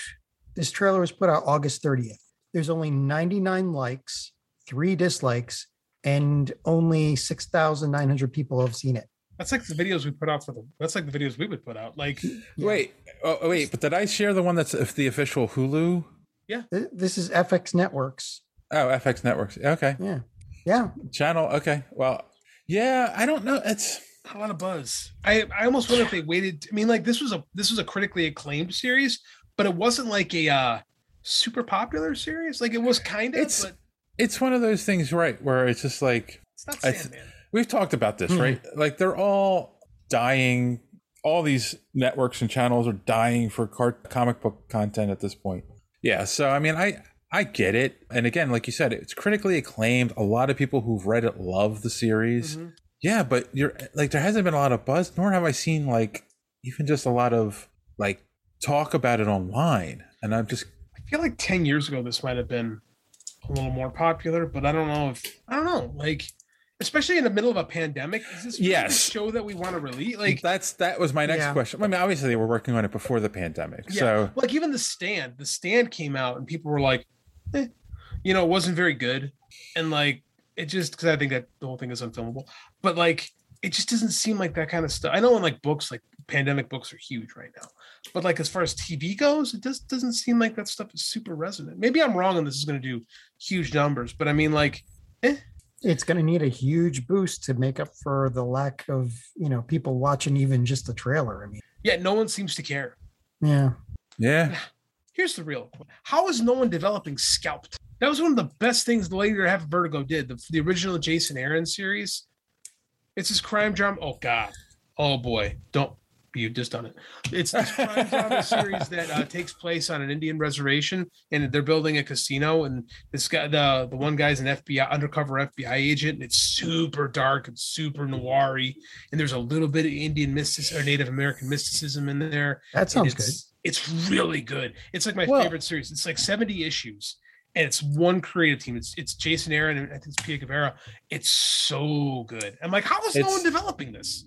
this trailer was put out August 30th. There's only 99 likes, three dislikes, and only 6,900 people have seen it. that's like the videos we put out for the. That's like the videos we would put out. Like wait, oh, oh, wait. But did I share the one that's of the official Hulu? Yeah. This is FX Networks. Oh, FX Networks. Okay. Yeah. Yeah. Channel. Okay. Well, yeah. I don't know. It's a lot of buzz. I I almost wonder if they waited. I mean, like this was a this was a critically acclaimed series, but it wasn't like a uh super popular series. Like it was kind of. But it's one of those things, right? Where it's just like it's not I th- we've talked about this, Hmm. right? Like they're all dying. All these networks and channels are dying for car- comic book content at this point. Yeah, so I mean, I I get it, and again, like you said, it's critically acclaimed. A lot of people who've read it love the series. Mm-hmm. Yeah, but you're like there hasn't been a lot of buzz, nor have I seen like even just a lot of like talk about it online. And I'm just I feel like ten years ago this might have been a little more popular, but I don't know if I don't know. Like especially in the middle of a pandemic, is this really Yes. the show that we want to release? Like that's that was my next Yeah. question. I mean, obviously they were working on it before the pandemic, Yeah. so like even the stand, the stand came out and people were like, eh, you know, it wasn't very good. And like it just because I think that the whole thing is unfilmable, but like it just doesn't seem like that kind of stuff. I know in like books, like pandemic books are huge right now, but like as far as TV goes, it just doesn't seem like that stuff is super resonant. Maybe I'm wrong and this is going to do huge numbers, but I mean, like, It's going to need a huge boost to make up for the lack of, you know, people watching even just the trailer. I mean, yeah, no one seems to care. yeah. yeah. Here's the real qu- how is no one developing Scalped? That was one of the best things the later half of Vertigo did. The, the original Jason Aaron series. It's his crime drama. Oh God. Oh boy. Don't you just done it. It's this crime drama series that uh, takes place on an Indian reservation and they're building a casino and this guy the the one guy's an FBI undercover FBI agent and it's super dark and super noir and there's a little bit of Indian mysticism or Native American mysticism in there. That And sounds it's- good. it's really good. It's like my Well- favorite series. It's like 70 issues and it's one creative team. It's it's Jason Aaron and I think it's Pia Guevara. It's so good. I'm like, how is no It's- one developing this?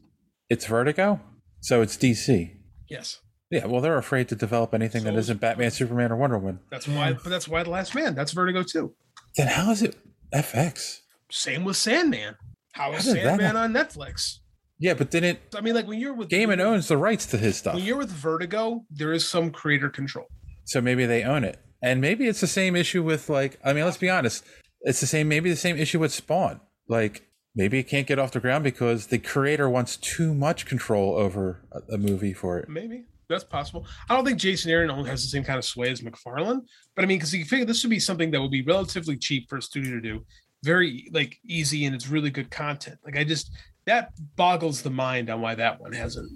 It's Vertigo, so it's DC. Yes. Yeah, well, they're afraid to develop anything that isn't Batman, Superman, or Wonder Woman. That's why but that's why The Last Man. That's Vertigo too. Then how is it FX? Same with Sandman. How is How did that Sandman on Netflix? Yeah, but then it I mean, like when you're with Gaiman owns the rights to his stuff, when you're with Vertigo, there is some creator control. so maybe they own it, and maybe it's the same issue with like. I mean, let's be honest, it's the same. Maybe the same issue with Spawn. Like maybe it can't get off the ground because the creator wants too much control over a- a movie for it. Maybe that's possible. I don't think Jason Aaron only has the same kind of sway as McFarlane, but I mean, because you figure this would be something that would be relatively cheap for a studio to do, very like easy, and it's really good content. Like I just that boggles the mind on why that one hasn't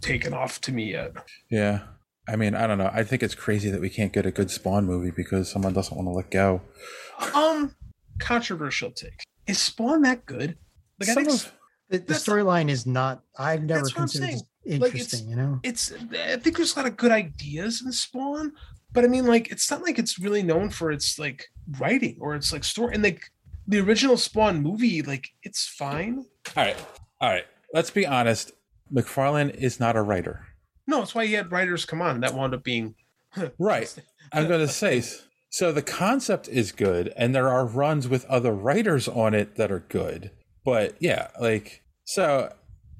taken off to me yet. Yeah. I mean, I don't know. I think it's crazy that we can't get a good Spawn movie because someone doesn't want to let go. Um, controversial take. Is Spawn that good? Like I Some think of- The, the storyline is not, I've never that's what I'm considered saying. this Like, it's- interesting, you know? it's I think there's a lot of good ideas in Spawn, but I mean, like, it's not like it's really known for its like writing or its like story. And like the original Spawn movie, like, it's fine. All right. All right. Let's be honest. McFarlane is not a writer. No, it's why he had writers come on. That wound up being right. I'm going to say so. The concept is good, and there are runs with other writers on it that are good. But yeah, like so,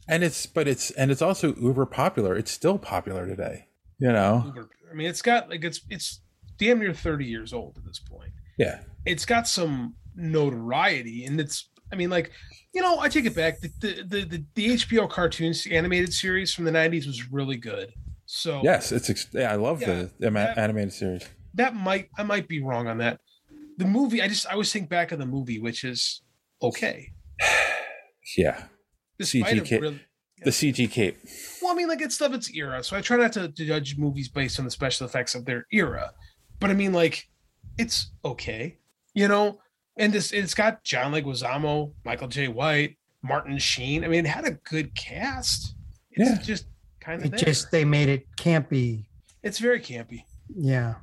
and it's but it's and it's also uber popular. It's still popular today. You know. I mean, it's got like it's it's damn near 30 years old at this point. Yeah. It's got some notoriety, and it's I mean, like, you know, I take it back. The the the, the, the HBO cartoons animated series from the 90s was really good. So Yes, it's ex- yeah, I love the ama- animated series. that might I might be wrong on that. The movie, I just I always think back of the movie, which is okay. Yeah. The Despite CG a cape. really- The CG cape. Well, I mean, like it's stuff its era, so I try not to judge movies based on the special effects of their era. But I mean, like, it's okay, you know. And this it's got John Leguizamo, Michael J. White, Martin Sheen. I mean, it had a good cast. It's just kind of It there. just they made it campy. it's very campy. Yeah.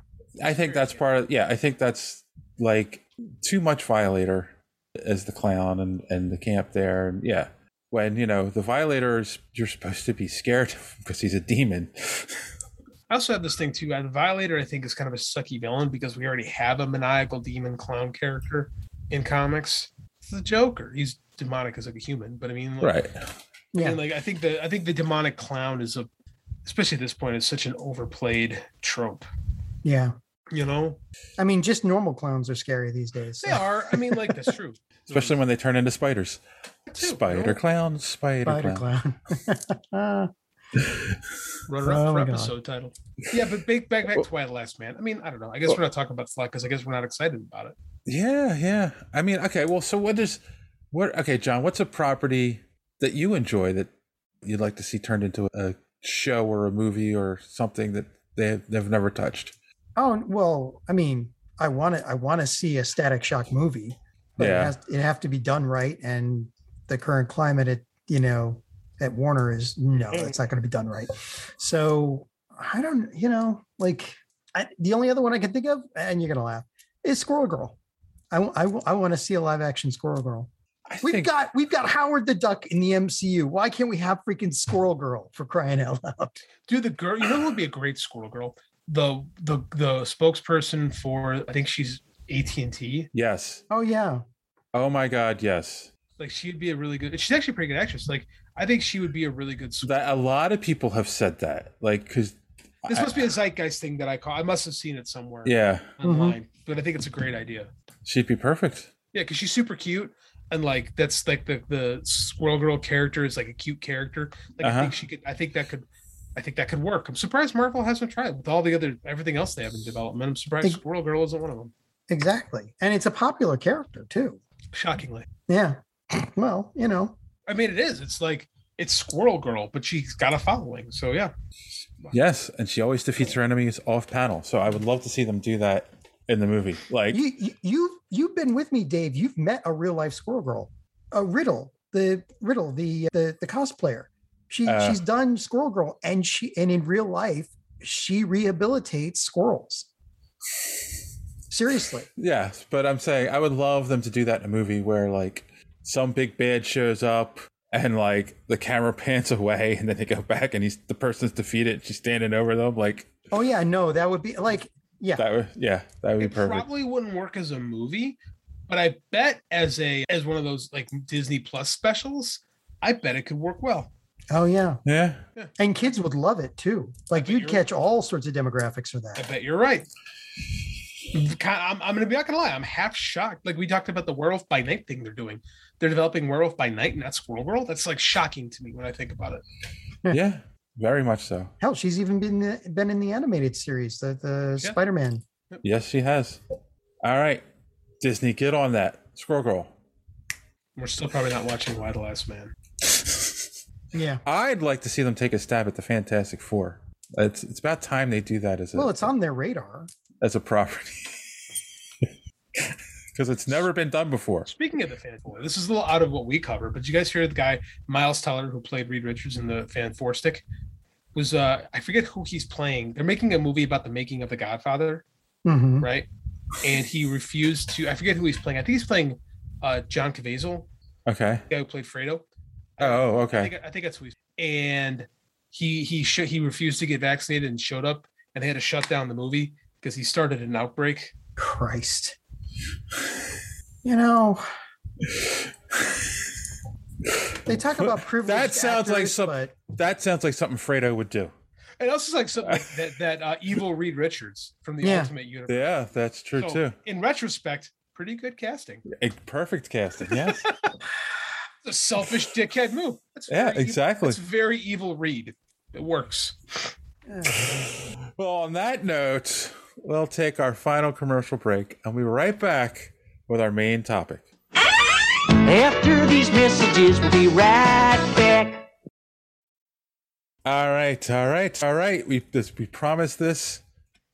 I think that's part of yeah, I think that's like too much violator as the clown and and the camp there and yeah. When you know the violators you're supposed to be scared because he's a demon. I also have this thing too. uh, The Violator, I think, is kind of a sucky villain because we already have a maniacal demon clown character in comics. It's the Joker. He's demonic as like a human, but I mean, like, Right. Yeah. like I think the I think the demonic clown is a, especially at this point, is such an overplayed trope. Yeah. You know, I mean, just normal clowns are scary these days. they are. I mean, like that's true. Especially when they turn into spiders. Spider clown, spider, Spider clown. clown. Runner up Oh for my God. episode title. Yeah, but back back back to Why the Last Man. I mean, I don't know. I guess we're not talking about this a lot because I guess we're not excited about it. Yeah, yeah. I mean, okay, well so what is what okay, John, what's a property that you enjoy that you'd like to see turned into a show or a movie or something that they they've never touched? Oh well, I mean, I want to I want to see a Static Shock movie, but Yeah. it has it have to be done right. And the current climate at you know at Warner is no, it's not going to be done right. So I don't, you know, like I, the only other one I can think of, and you're gonna laugh, is Squirrel Girl. I want to see a live action Squirrel Girl. we've got we've got Howard the Duck in the MCU. Why can't we have freaking Squirrel Girl for crying out loud? Dude, the girl, you know who would be a great squirrel girl? The the the spokesperson for I think she's AT and T. Yes. Oh yeah, Oh my god, yes. Like she'd be a really good. She's actually a pretty good actress. Like I think she would be a really good. That a lot of people have said that. Like cuz This must be a zeitgeist thing that I call. I must have seen it somewhere. Yeah. Mhm. online. But I think it's a great idea. she'd be perfect. Yeah, because she's super cute, and like that's like the the squirrel girl character is like a cute character. Like I Uh-huh. think she could. I think that could. I think that could work. I'm surprised Marvel hasn't tried with all the other everything else they have in development. I'm surprised Think- Squirrel Girl isn't one of them. Exactly, and it's a popular character too. Shockingly. Yeah. Well, you know, I mean, it is. It's like it's Squirrel Girl, but she's got a following. So yeah, Yes, and she always defeats her enemies off panel. So I would love to see them do that in the movie. Like you, you you've you've been with me, Dave. You've met a real life squirrel girl, a riddle, the riddle, the the the cosplayer. She Uh. she's done squirrel girl, and she and in real life she rehabilitates squirrels. Seriously, Yes, but I'm saying I would love them to do that in a movie where like some big bad shows up and like the camera pans away and then they go back and he's the person's defeated and she's standing over them like oh yeah, no, that would be like yeah, that would yeah, that would be perfect. probably wouldn't work as a movie, but I bet as a as one of those like Disney Plus specials, I bet it could work well. oh yeah, yeah, and kids would love it too. Like you'd catch all sorts of demographics for I that. bet you're right. Ki- I'm, I'm gonna be not gonna lie. I'm half shocked. Like we talked about the werewolf by night thing they're doing. They're developing werewolf by night, and not Squirrel Girl. That's like shocking to me when I think about it. yeah, very much so. Hell, she's even been been in the animated series, the the Yeah. Spider Man. Yes, she has. All right, Disney, get on that. Squirrel Girl. We're still probably not watching Why the Last Man. Yeah. I'd like to see them take a stab at the Fantastic Four. It's it's about time they do that as a Well, it's on their radar. as a property. because it's never been done before. Speaking of the fanboy, this is a little out of what we cover, but you guys hear the guy Miles Teller who played Reed Richards in the Fan Four Stick was uh I forget who he's playing. They're making a movie about the making of The Godfather, Mhm. right? And he refused to. I forget who he's playing. I think he's playing uh John Cavazel, Okay. the guy who played Fredo. Oh, oh, I okay. think, I think that's who he's. And he he sh- he refused to get vaccinated and showed up, and they had to shut down the movie because he started an outbreak. Christ. You know, they talk about privilege. That sounds like some. That sounds like something Fredo would do. It also is like something like that that uh, evil Reed Richards from the Ultimate Universe. Yeah, that's true So, too. In retrospect, pretty good casting. A perfect casting. Yes. The selfish dickhead move. That's Yeah, very ev- exactly. That's very evil Reed. It works. well, on that note, we'll take our final commercial break, and we'll be right back with our main topic. After these messages, we'll be right back. All right, all right, all right. We this, we promised this,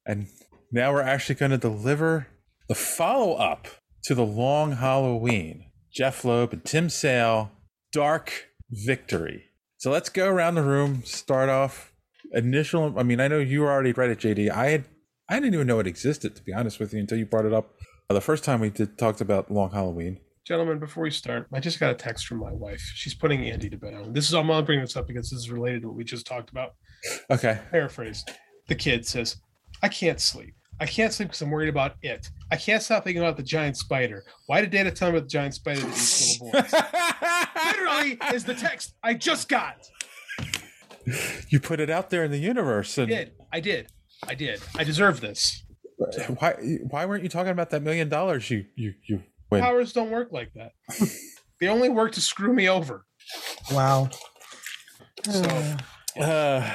and now we're actually going to deliver the follow up to the Long Halloween. Jeff Loeb and Tim Sale, Dark Victory. So let's go around the room. Start off initial. I mean, I know you already read it, JD. I had I didn't even know it existed to be honest with you until you brought it up uh, the first time we did talked about Long Halloween. Gentlemen, before we start, I just got a text from my wife. She's putting Andy to bed. This is I'm gonna bring this up because this is related to what we just talked about. Okay. Paraphrased. The kid says, "I can't sleep. I can't sleep because I'm worried about it. I can't stop thinking about the giant spider. Why did Dana tell me about the giant spider that eats little boys?" Literally is the text I just got. You put it out there in the universe, I and did. I did. I did. I deserve this. why why weren't you talking about that million dollars you you you win? Powers don't work like that. they only work to screw me over. Wow. So, Uh,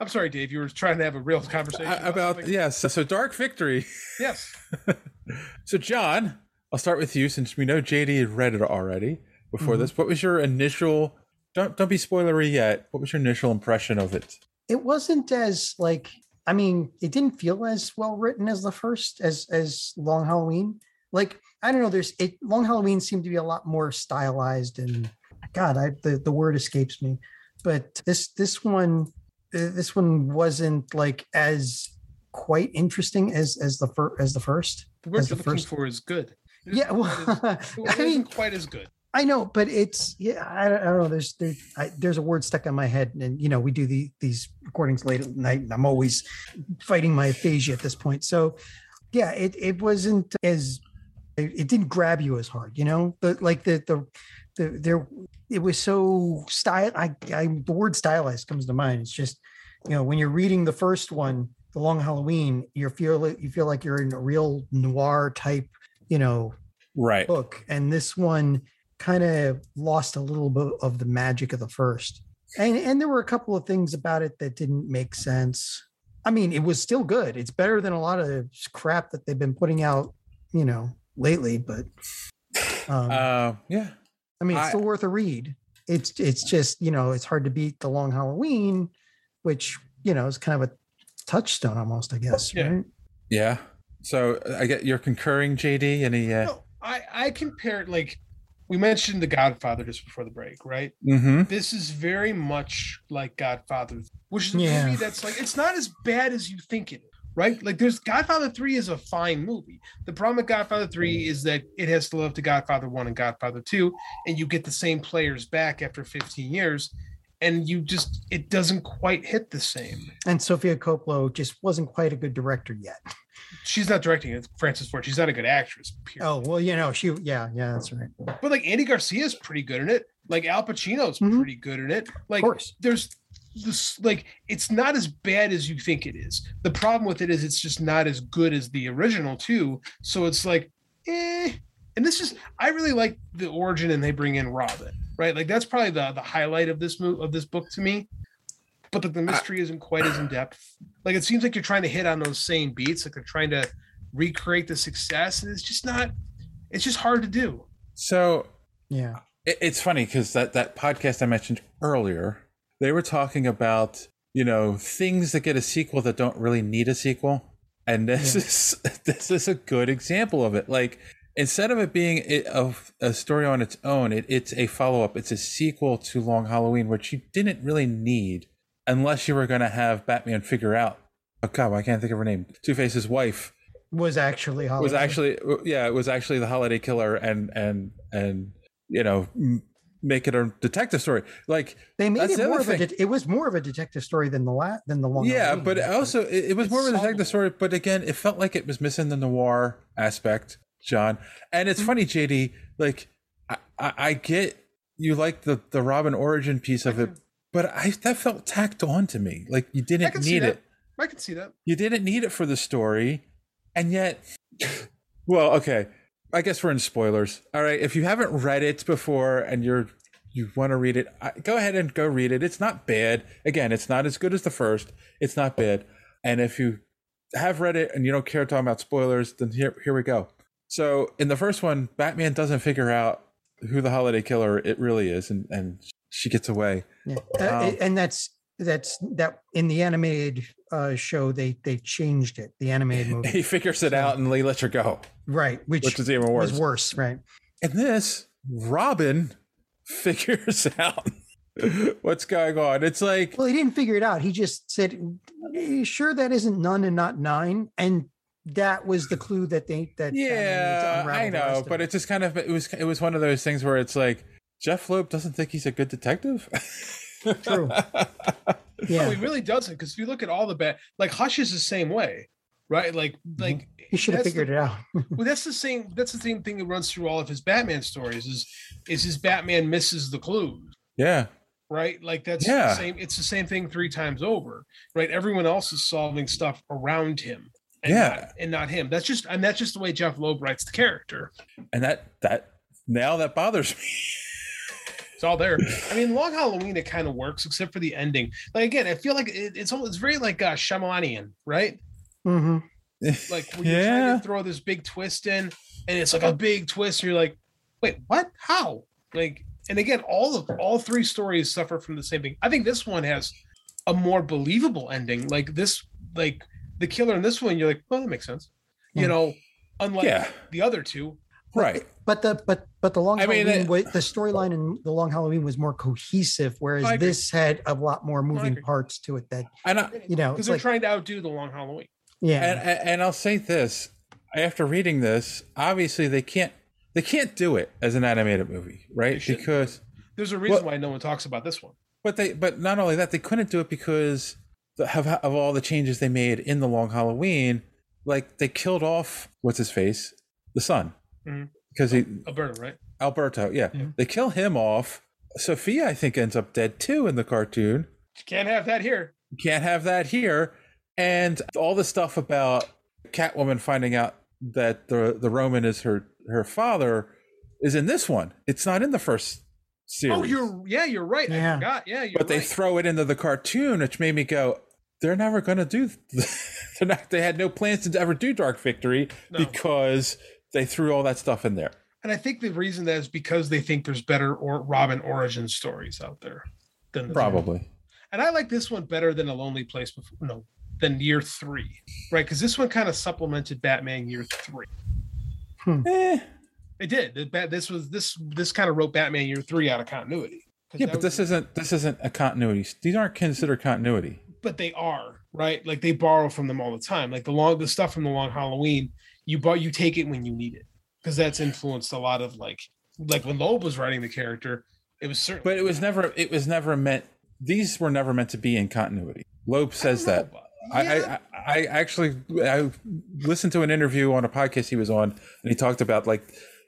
I'm sorry, Dave. You were trying to have a real conversation about, yes, so, so Dark Victory. Yes. so John, I'll start with you since we know JD had read it already before Mhm. this. What was your initial? Don't don't be spoilery yet. What was your initial impression of it? it wasn't as like i mean it didn't feel as well written as the first as as long halloween like i don't know there's it long halloween seemed to be a lot more stylized and god i the, the word escapes me but this this one uh, this one wasn't like as quite interesting as as the first as the first The word as you're looking for is good. It yeah well isn't i mean quite as good. I know, but it's yeah. I don't, I don't know. There's there, I, there's a word stuck on my head, and you know we do the these recordings late at night, and I'm always fighting my aphasia at this point. So, yeah, it it wasn't as it, it didn't grab you as hard, you know. The like the the the there it was so style. I I the word stylized comes to mind. It's just you know when you're reading the first one, the Long Halloween, you feel like- you feel like you're in a real noir type, you know, Right. book and this one kind of lost a little bit of the magic of the first and and there were a couple of things about it that didn't make sense i mean it was still good it's better than a lot of crap that they've been putting out you know lately but um, uh, yeah i mean it's I- still worth a read it's it's just you know it's hard to beat the long halloween which you know is kind of a touchstone almost i guess right? Yeah. So I get you're concurring, JD. Any? Uh, I I compare it like we mentioned The Godfather just before the break, right? Mhm. This is very much like Godfather, which is a Yeah. movie that's like it's not as bad as you think it, right? Like there's Godfather Three is a fine movie. The problem with Godfather Three is that it has to live up to Godfather One and Godfather Two, and you get the same players back after 15 years, and you just it doesn't quite hit the same. and sophia coppola just wasn't quite a good director yet She's not directing it, it's Francis Ford. She's not a good actress. Period. oh well you know she yeah yeah that's right But like Andy Garcia's pretty good in it. Like Al Pacino's pretty good in it. Like there's this like it's not as bad as you think it is. The problem with it is it's just not as good as the original too. So it's like eh. And this is I really like the origin and they bring in Robin, right? Like that's probably the the highlight of this move of this book to me. But like the mystery isn't quite as in depth. Like it seems like you're trying to hit on those same beats. Like they're trying to recreate the success, and it's just not. It's just hard to do. so yeah It, it's funny because that, that podcast I mentioned earlier, they were talking about, you know, things that get a sequel that don't really need a sequel. And this is this is a good example of it. Like instead of it being a, a, a story on its own, it, it's a follow up. It's a sequel to Long Halloween, which you didn't really need unless you were going to have Batman figure out. Oh God, I can't think of her name. Two Face's wife was actually Holiday. was actually yeah, it was actually the holiday killer, and and and you know m- make it a detective story. Like they made that's it the more other of a thing. det- it was more of a detective story than the la- than the long yeah, Halloween. but also it, it was more of a detective story. But again, it felt like it was missing the noir aspect, John. And Mm-hmm. it's funny, JD. Like I, I, I get you like the the Robin origin piece of it, but I that felt tacked on to me. Like you I didn't can see need that. it. I can see that. You didn't need it for the story, and yet, well, okay. I guess we're in spoilers. All right, if you haven't read it before and you're you want to read it, I, go ahead and go read it. It's not bad. Again, it's not as good as the first. It's not bad. And if you have read it and you don't care talking about spoilers, then here here we go. So in the first one, Batman doesn't figure out who the holiday killer it really is, and and she gets away. Yeah. Uh, Um, and that's that's that in the animated uh, show they they changed it the animated movie He figures it out and he lets her go. right which, Which is even worse. was worse right And this, Robin figures out what's going on. It's like, well he didn't figure it out he just said "Eh, sure that isn't none and not nine and that was the clue that they that yeah, unravel I the rest know, of but it just kind of it was it was one of those things where it's like Jeff Loeb doesn't think he's a good detective. True. No, he really doesn't. Because if you look at all the bad, like Hush is the same way, right? Like, like Mm-hmm. he should have that's the- figured it out well, that's the same. That's the same thing that runs through all of his Batman stories. Is is his Batman misses the clues, yeah. right? Like that's Yeah. the same. It's the same thing three times over, right? Everyone else is solving stuff around him, and Yeah. not, and not him. That's just and that's just the way Jeff Loeb writes the character. And that that now that bothers me. It's all there. I mean, Long Halloween it kind of works except for the ending. Like again, I feel like it, it's almost, it's very like uh, Shyamalanian, right? mm-hmm. like when you're trying to throw this big twist in and it's like a big twist and you're like wait what how like and again all of all three stories suffer from the same thing i think this one has a more believable ending like this like the killer in this one you're like well that makes sense you know unlike Hmm. Yeah. the other two right but the but but the long I mean, halloween wa- the storyline in the long halloween was more cohesive I whereas agree. this had a lot more moving parts to it that And I, you know because it's they're like trying to outdo the long halloween Yeah. And, and and I'll say this after reading this, obviously they can't they can't do it as an animated movie, right? Because there's a reason why no one talks about this one But they, but not only that, they couldn't do it because the, of, of all the changes they made in the Long Halloween. Like they killed off what's his face, the son, Mhm. because he alberta right Alberto. Yeah, they kill him off. Sophia, I think, ends up dead too in the cartoon. you can't have that here You Can't have that here. And all the stuff about Catwoman finding out that the the Roman is her her father is in this one. It's not in the first series oh you're yeah you're right i forgot yeah you're but they right. throw it into the cartoon, which made me go, "They're never going to do. they're not. They had no plans to ever do Dark Victory because they threw all that stuff in there." And I think the reason that is because they think there's better or Robin origin stories out there than this. Probably. And I like this one better than A Lonely Place before no than year three, right? Because this one kind of supplemented Batman year three. Eh, It did. The Bat- This was this this kind of wrote Batman year three out of continuity. 'Cause Yeah, that but was- this isn't. This isn't a continuity. These aren't considered continuity. but they are right. Like they borrow from them all the time. Like the long the stuff from the Long Halloween, you bar you take it when you need it because that's influenced a lot of like like when Loeb was writing the character, it was certainly But it was never. It was never meant. These were never meant to be in continuity. Loeb says that. I, I I actually I listened to an interview on a podcast he was on, and he talked about like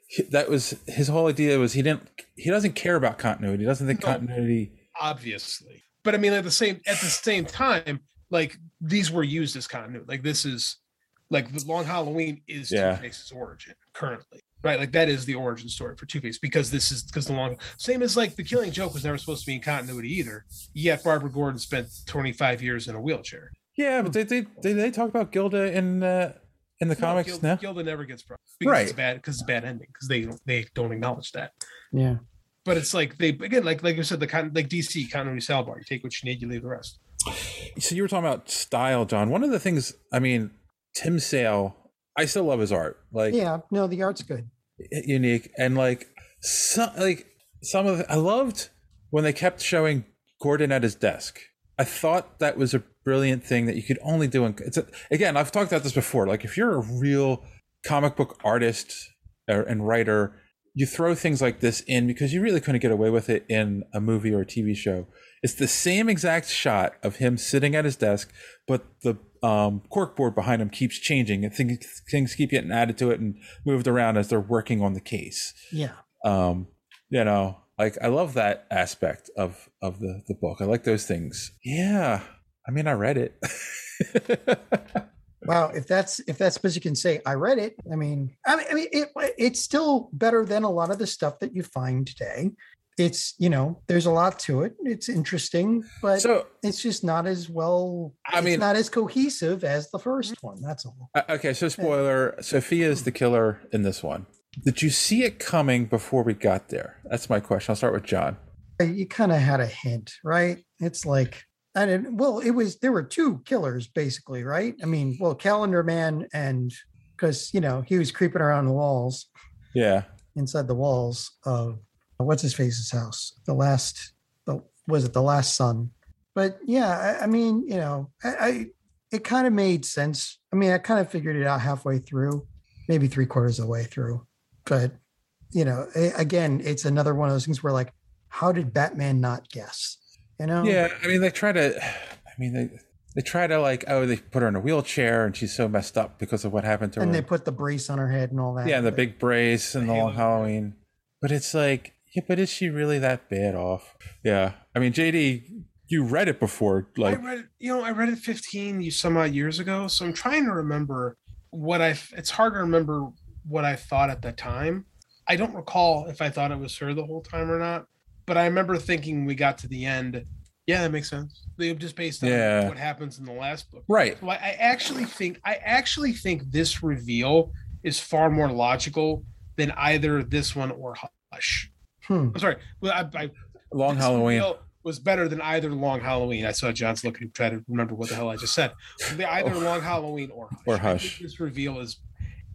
he- that was his whole idea was he didn't he doesn't care about continuity. He doesn't think continuity. obviously. But I mean, at the same at the same time, like these were used as continuity. Like this is like the Long Halloween is Yeah. Two Face's origin currently, right? Like that is the origin story for Two Face because this is because the Long same as like the Killing Joke was never supposed to be in continuity either. Yet Barbara Gordon spent twenty five years in a wheelchair. Yeah, but they they they, they talk about Gilda in uh, in the comics Gilda, now. Gilda never gets brought because it's Right. bad because it's a bad ending because they don't they don't acknowledge that. yeah But it's like they again like like you said the con like DC continuity salbar. You take what you need, you leave the rest. So you were talking about style, John. One of the things I mean, Tim Sale. I still love his art. Like yeah no the art's good unique and like some like some of I loved when they kept showing Gordon at his desk. I thought that was a brilliant thing that you could only do in it's a, again I've talked about this before like if you're a real comic book artist or, and writer you throw things like this in because you really couldn't get away with it in a movie or a TV show. It's the same exact shot of him sitting at his desk, but the um, corkboard behind him keeps changing and things, things keep getting added to it and moved around as they're working on the case. Yeah. Um, you know, like I love that aspect of of the the book. I like those things. Yeah. I mean, I read it. Wow, if that's if that's because you can say I read it. I mean, I mean, I mean, it it's still better than a lot of the stuff that you find today. It's you know, there's a lot to it. It's interesting, but So- it's just not as well. I it's mean- not as cohesive as the first Mm-hmm. one. That's all. Uh, Okay, so spoiler: Sophia is the killer in this one. Did you see it coming before we got there? That's my question. I'll start with John. Eh, You kind of had a hint, right? It's like I didn't. Well, it was there were two killers basically, right? I mean, well, Calendar Man and because you know he was creeping around the walls. Yeah. inside the walls of what's his face's house. The last, the, was it the last son? But yeah, I, I mean, you know, I, I it kind of made sense. I mean, I kind of figured it out halfway through, maybe three quarters of the way through. But you know, a- again, it's another one of those things where like, how did Batman not guess? You know? Yeah, I mean, they try to. I mean, they they try to like, oh, they put her in a wheelchair and she's so messed up because of what happened to And her. they put the brace on her head and all that. yeah, and the but- big brace and the long Halloween. But it's like, yeah, but is she really that bad off? Yeah, I mean, JD, you read it before, like, I read it, you know, I read it 15 y- some odd years ago. So I'm trying to remember what I, f- it's hard to remember what I thought at the time. I don't recall if I thought it was her the whole time or not, but I remember thinking when we got to the end, yeah, that makes sense. They just based on Yeah. what happens in the last book. Right. So I, I actually think, I actually think this reveal is far more logical than either this one or Hush. Hmm. I'm sorry. Well, I, I Long this Halloween. reveal was better than either Long Halloween. I saw John's looking to try to remember what the hell I just said. The- Either Oh. Long Halloween or Hush. Or I think Hush. This reveal is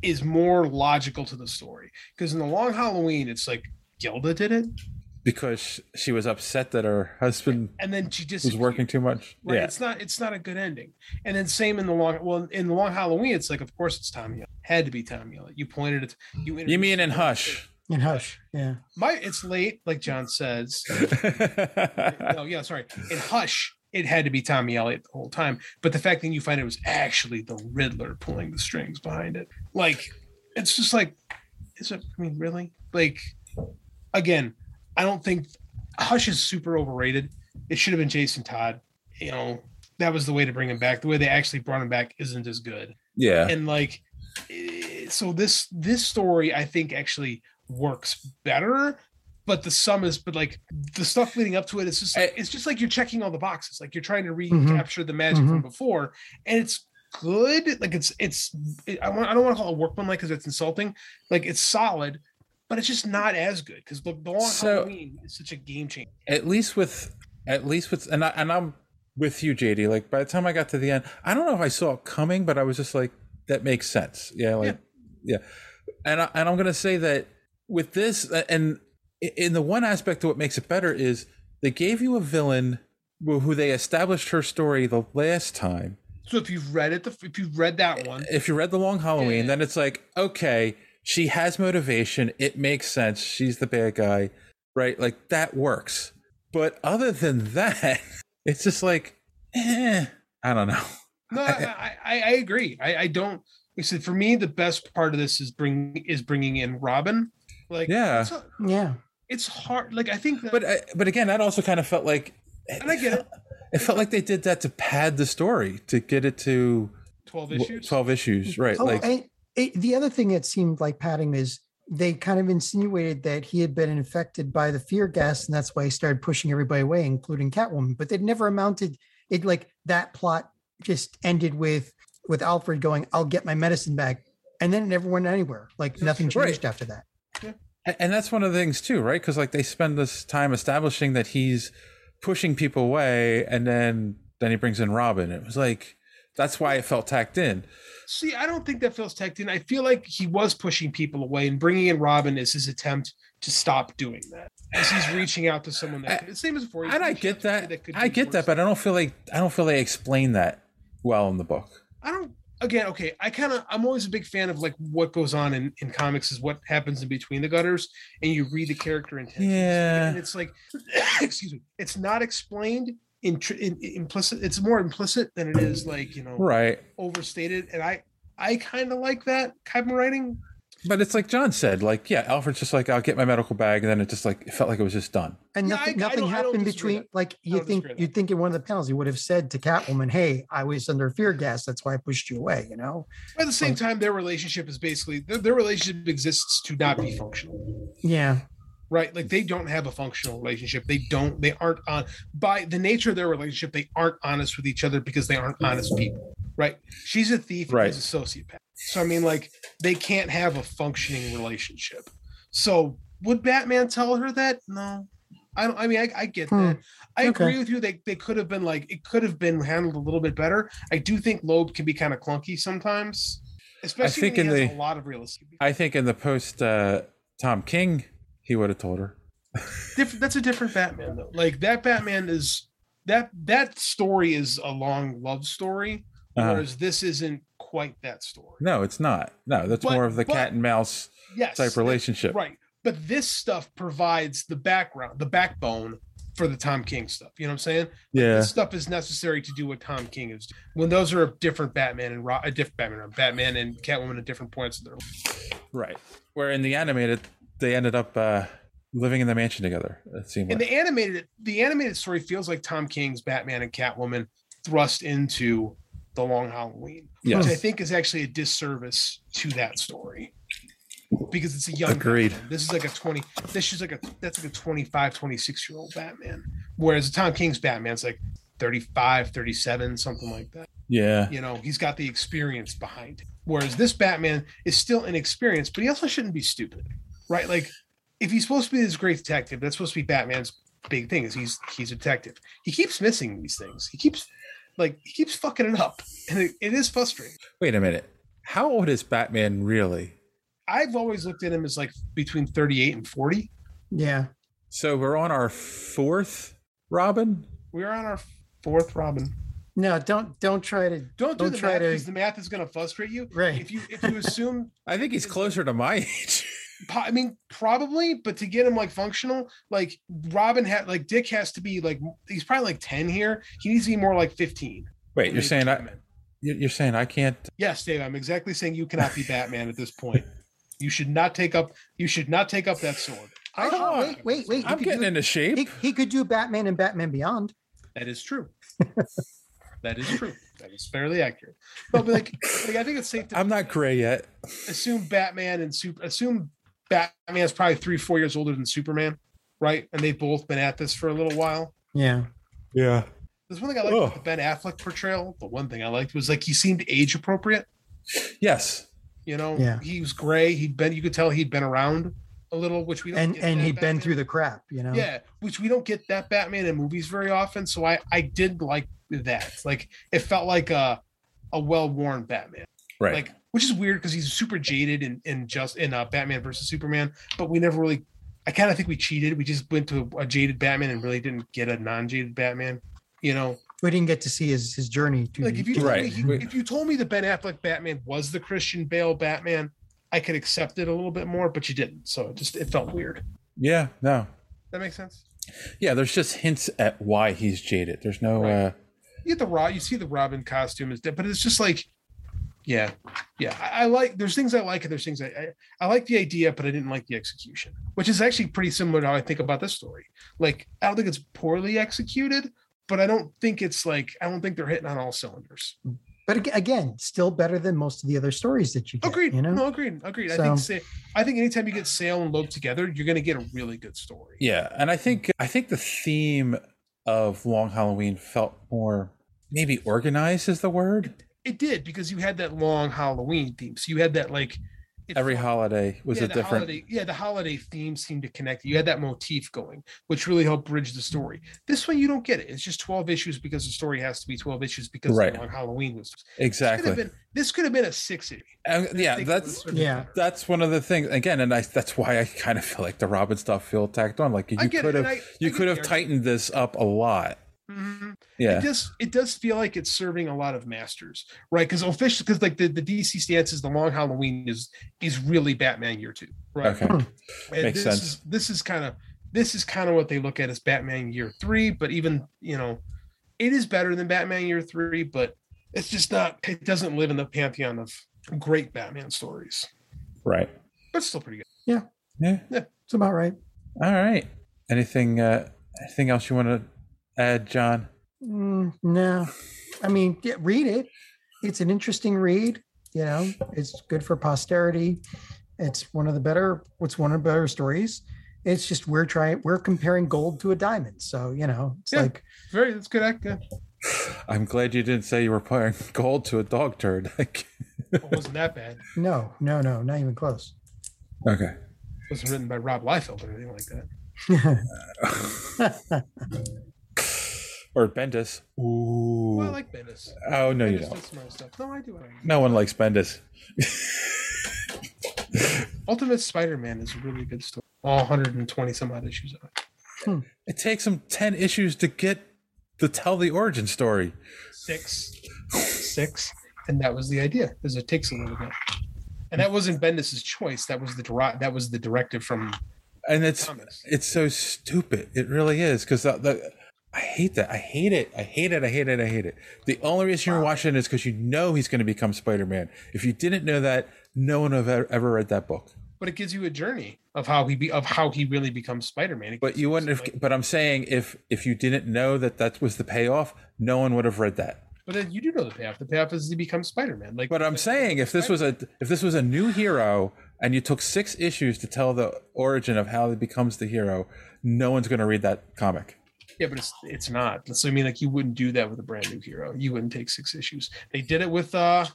is more logical to the story because in the Long Halloween, it's like Gilda did it, because she was upset that her husband and then she just was working too much. Right? Yeah. It's not it's not a good ending. And then same in the long well in the Long Halloween, it's like of course it's Tom Yellett. Had to be Tom Yellett. You pointed it. You You mean introduced- in Hush? In Hush, yeah. My it's late, like John says. no, yeah, sorry. In Hush, it had to be Tommy Elliott the whole time. But the fact that you find it was actually the Riddler pulling the strings behind it, like, it's just like, is it? I mean, really? Like, again, I don't think Hush is super overrated. It should have been Jason Todd. You know, that was the way to bring him back. The way they actually brought him back isn't as good. Yeah. And like, eh, so this this story I think actually works better, but the sum is but like the stuff leading up to it is just like, it's just like you're checking all the boxes, like you're trying to recapture the magic from Mhm. before, and it's good. Like it's it's it, I want I don't want to call it workmanlike because it's insulting. Like it's solid, but it's just not as good because the, the long So- Halloween is such a game changer. at least with at least with and I, and I'm with you, JD. Like by the time I got to the end, I don't know if I saw it coming, but I was just like, that makes sense. Yeah, like yeah. And I, and I'm gonna say that with this uh, and i- in the one aspect of what makes it better is they gave you a villain who who they established her story the last time. So if you've read it, the, if you've read that one, If you read The Long Halloween, then it's like, okay, she has motivation. It makes sense. She's the bad guy, right? Like that works. But other than that, it's just like, eh, I don't know. No, I, I, I I agree. I, I don't. Like I said for me, the best part of this is bring is bringing in Robin. Like Yeah. it's, a- Yeah. it's hard. Like I think that, But uh, I, but again, that also kind of felt like, and I get it. it felt like they did that to pad the story to get it to Twelve w- issues. Twelve issues, right? Oh, like, and it, the other thing that seemed like padding is they kind of insinuated that he had been infected by the fear gas, and that's why he started pushing everybody away, including Catwoman. But they never amounted it. Like that plot just ended with with Alfred going, "I'll get my medicine back," and then it never went anywhere. Like nothing Right. changed after that. A- And that's one of the things too, right? Because like they spend this time establishing that he's pushing people away, and then then he brings in Robin. It was like, That's why it felt tacked in. See, I don't think that feels tacked in. I feel like he was pushing people away, and bringing in Robin is his attempt to stop doing that. As he's reaching out to someone that could, same as before. And I get that. I get that, but I don't feel like I don't feel they explain that well in the book. I don't. Again, okay. I kind of. I'm always a big fan of like what goes on in, in comics is what happens in between the gutters, and you read the character intentions. Yeah. And it's like, excuse me. It's not explained. In, in, implicit. It's more implicit than it is like you know Right. overstated. And I I kind of like that type of writing. But it's like John said, like yeah, Alfred's just like I'll get my medical bag, and then it just like it felt like it was just done. And nothing, nothing happened between. Like you think, you'd think in one of the panels, he would have said to Catwoman, "Hey, I was under fear gas. That's why I pushed you away." You know. But at the same time, their relationship is basically their, their relationship exists to not be functional. Yeah. Right, like they don't have a functional relationship. They don't. They aren't on by the nature of their relationship. They aren't honest with each other because they aren't honest people. Right? She's a thief. Right. He's a sociopath. So I mean, like they can't have a functioning relationship. So would Batman tell her that? No. I don't. I mean, I, I get Hmm. that. I Okay. agree with you. They they could have been like it could have been handled a little bit better. I do think Loeb can be kind of clunky sometimes, especially think when he in has the- a lot of real estate. I think in the post uh, Tom King, he would have told her. Different. That's a different Batman though. Like that Batman is that that story is a long love story, Uh-huh. whereas this isn't quite that story. No, it's not. No, that's But- more of the but- cat and mouse Yes, type relationship. Right. But this stuff provides the background, the backbone for the Tom King stuff. You know what I'm saying? Yeah. This stuff is necessary to do what Tom King is. doing. When those are a different Batman and Ro- a different Batman, Batman and Catwoman at different points in their Right. Where in the animated, they ended up uh, living in the mansion together. It seemed And like. the animated the animated story feels like Tom King's Batman and Catwoman thrust into the Long Halloween, Yes. which I think is actually a disservice to that story because it's a young Agreed. Batman. This is like a 20 this is like a that's like a 25 26 year old Batman whereas Tom King's Batman's like 35 37 something like that. Yeah. You know, he's got the experience behind him. Whereas this Batman is still inexperienced, but he also shouldn't be stupid. Right? Like if he's supposed to be this great detective, that's supposed to be Batman's big thing is he's he's a detective. He keeps missing these things. He keeps like he keeps fucking it up. And it, it is frustrating. Wait a minute. How old is Batman really? I've always looked at him as like between 38 and 40. Yeah. So we're on our fourth Robin. We're on our fourth Robin. No, don't don't try to Don't do the try math to. because the math is going to frustrate you. Right. If you if you assume I think he's closer to my age. Po- I mean, probably, but to get him like functional, like Robin had, like Dick has to be like he's probably like ten here. He needs to be more like fifteen. Wait, you're saying I? you- You're saying I can't? Yes, Dave, I'm exactly saying you cannot be Batman at this point. You should not take up. You should not take up that sword. Actually, wait, wait, wait. He I'm could getting do- into shape. He, he could do Batman and Batman Beyond. That is true. that is true. That is fairly accurate. No, but like, like I think it's safe to I'm not gray yet. assume Batman and super assume Batman's probably three, four years older than Superman, right? And they've both been at this for a little while. Yeah. Yeah. There's one thing I liked Oh. about the Ben Affleck portrayal, but one thing I liked was like he seemed age appropriate. Yes. You know, Yeah. he was gray. He'd been you could tell he'd been around a little, which we don't And get and that he'd been Batman. through the crap, you know. Yeah, which we don't get that Batman in movies very often. So I I did like that. Like it felt like a a well worn Batman. Right. Like which is weird because he's super jaded in, in just in uh, Batman versus Superman, but we never really. I kind of think we cheated. We just went to a, a jaded Batman and really didn't get a non jaded Batman. You know, We didn't get to see his his journey to like if you to- told me he- if you told me the Ben Affleck Batman was the Christian Bale Batman, I could accept it a little bit more, but you didn't. So it just it felt weird. Yeah. No. That makes sense. Yeah. There's just hints at why he's jaded. There's no. uh You get the Rob, you see the Robin costume is dead, but it's just like, yeah, yeah. I, I like there's things I like and there's things I, I I like the idea, but I didn't like the execution, which is actually pretty similar to how I think about this story. Like I don't think it's poorly executed, but I don't think it's like I don't think they're hitting on all cylinders. But ag- again, still better than most of the other stories that you get. Agreed. You know. No, agreed. Agreed. I So- think Sa- I think anytime you get Sale and Loeb together, you're going to get a really good story. Yeah, and I think I think the theme of Long Halloween felt more maybe organized is the word. It did because you had that long Halloween theme. So you had that like Every holiday was yeah, a the different. Holiday, yeah, the holiday theme seemed to connect. You had that motif going, which really helped bridge the story. This one, you don't get it. It's just 12 issues because the story has to be 12 issues because Right. on Halloween was. Exactly. This could have been, this could have been a six issue. And yeah, think that's would've been Yeah. That's one of the things again, and I, that's why I kind of feel like the Robin stuff feel tacked on. Like you I get it, could have, and I- I you get could the have argument. tightened this up a lot. Mhm. Yeah. It does it does feel like it's serving a lot of masters, right? Because officially because like the, the DC stance is the long Halloween is is really Batman year two, right? Okay. And Makes this sense. Is, this is kind of this is kind of what they look at as Batman year three, but even you know, it is better than Batman year three, but it's just not it doesn't live in the pantheon of great Batman stories. Right. But it's still pretty good. Yeah. Yeah. It's about right. All right. Anything? uh Anything else you want to add, John? Mm, no, I mean, yeah, read it. It's an interesting read. You know, it's good for posterity. It's one of the better. It's one of the better stories. It's just we're trying. We're comparing gold to a diamond. So you know, it's like Very that's good. act- It I'm glad you didn't say you were pouring gold to a dog turd. Like, wasn't that bad. It no, no, no, not even close. okay. wasn't written by Rob Liefeld or anything like that. Or Bendis. Ooh. Well, I like Bendis. Oh no, you Bendis don't. does some other stuff. No, I do. No one likes Bendis. Ultimate Spider-Man is a really good story. All 120 some odd issues of it. It takes them ten issues to get to tell the origin story. Six, six, and that was the idea. Because it takes a little bit, and that wasn't Bendis's choice. That was the dri- That was the directive from. and it's it's so stupid. It really is because that, that- I hate that. I hate it. I hate it. I hate it. I hate it. The only reason you're watching it is because you know he's going to become Spider Man. If you didn't know that, no one have ever, ever read that book. But it gives you a journey of how he be of how he really becomes Spider-Man. It But you wouldn't have. But I'm saying if if you didn't know that that was the payoff, no one would have read that. But then you do know the payoff. The payoff is he becomes Spider-Man. Like, uh, But I'm saying if this was a if this was a new hero and you took six issues to tell the origin of how he becomes the hero, no one's going to read that comic. yeah, but it's it's not. So I mean, like, you wouldn't do that with a brand new hero. You wouldn't take six issues. They did it with uh,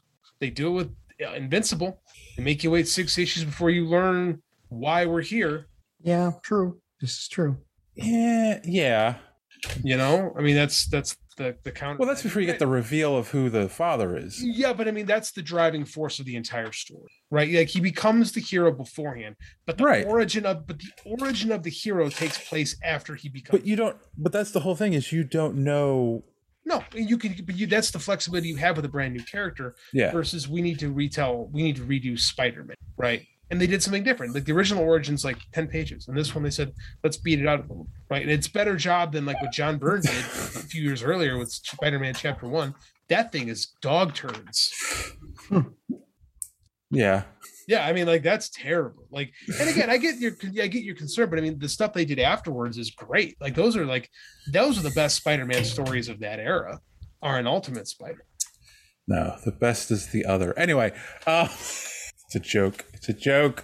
they do it with uh, Invincible. They make you wait six issues before you learn why we're here. Yeah, true. This is true. Yeah, Eh, yeah. You know, I mean, that's that's the the counter. Well, that's before you get the reveal of who the father is. Yeah, but I mean, that's the driving force of the entire story, right? Like he becomes the hero beforehand, but the origin of but the origin of the hero takes place after he becomes. But you don't. But that's the whole thing is you don't know. No, you can, but you, that's the flexibility you have with a brand new character. Yeah. Versus, we need to retell, we need to redo Spider Man, right? And they did something different. Like the original origins, like ten pages, and this one they said, let's beat it out a little, right? And it's better job than like what John Byrne did a few years earlier with Spider Man Chapter One. That thing is dog turns. Yeah. Yeah, I mean, like that's terrible. Like, and again, I get your I get your concern, but I mean, the stuff they did afterwards is great. Like, those are like those are the best Spider-Man stories of that era. Are an Ultimate Spider. No, the best is the other. Anyway, uh, it's a joke. It's a joke.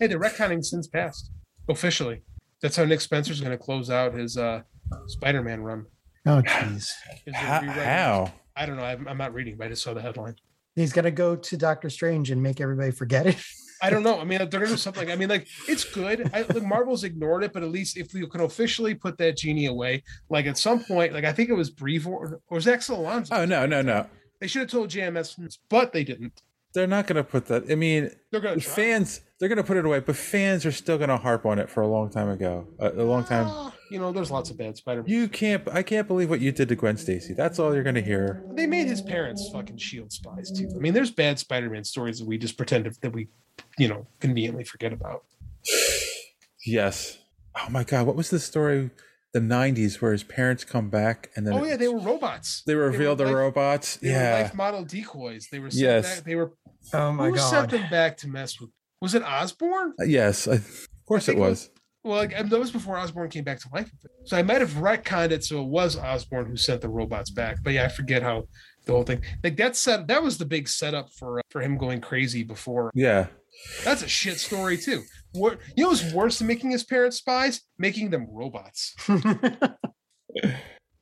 Hey, the retconning since passed officially. That's how Nick Spencer's going to close out his uh Spider-Man run. Oh, jeez. Is How- it rewriting? how? I don't know. I'm, I'm not reading, but I just saw the headline. He's gonna go to Doctor Strange and make everybody forget it. I don't know. I mean, they're gonna do something. I mean, like it's good. I, like Marvel's ignored it, but at least if we can officially put that genie away, like at some point, like I think it was Brevor or, or Axel Alonso. Oh no, no, no. They should have told JMS, but they didn't. They're not going to put that. I mean, They're gonna try. fans. They're going to put it away, but fans are still going to harp on it for a long time ago. A, a long time. Ah, You know, there's lots of bad Spider. You can't. I can't believe what you did to Gwen Stacy. That's all you're going to hear. They made his parents fucking shield spies too. I mean, there's bad Spider-Man stories that we just pretend to, that we, you know, conveniently forget about. Yes. Oh my God. What was the story? The '90s where his parents come back and then oh yeah, they were robots. they reveal the life- robots. They yeah. were life model decoys. They were sent Yes. Back, they were. Oh my who God. sent them back to mess with? Was it Osborne? Uh, Yes, I, of course it was. Well, like, and that was before Osborne came back to life. So I might have retconned it so it was Osborne who sent the robots back. But yeah, I forget how the whole thing. Like that set that was the big setup for uh, for him going crazy before. Yeah. That's a shit story too. What you know what's worse than making his parents spies? Making them robots.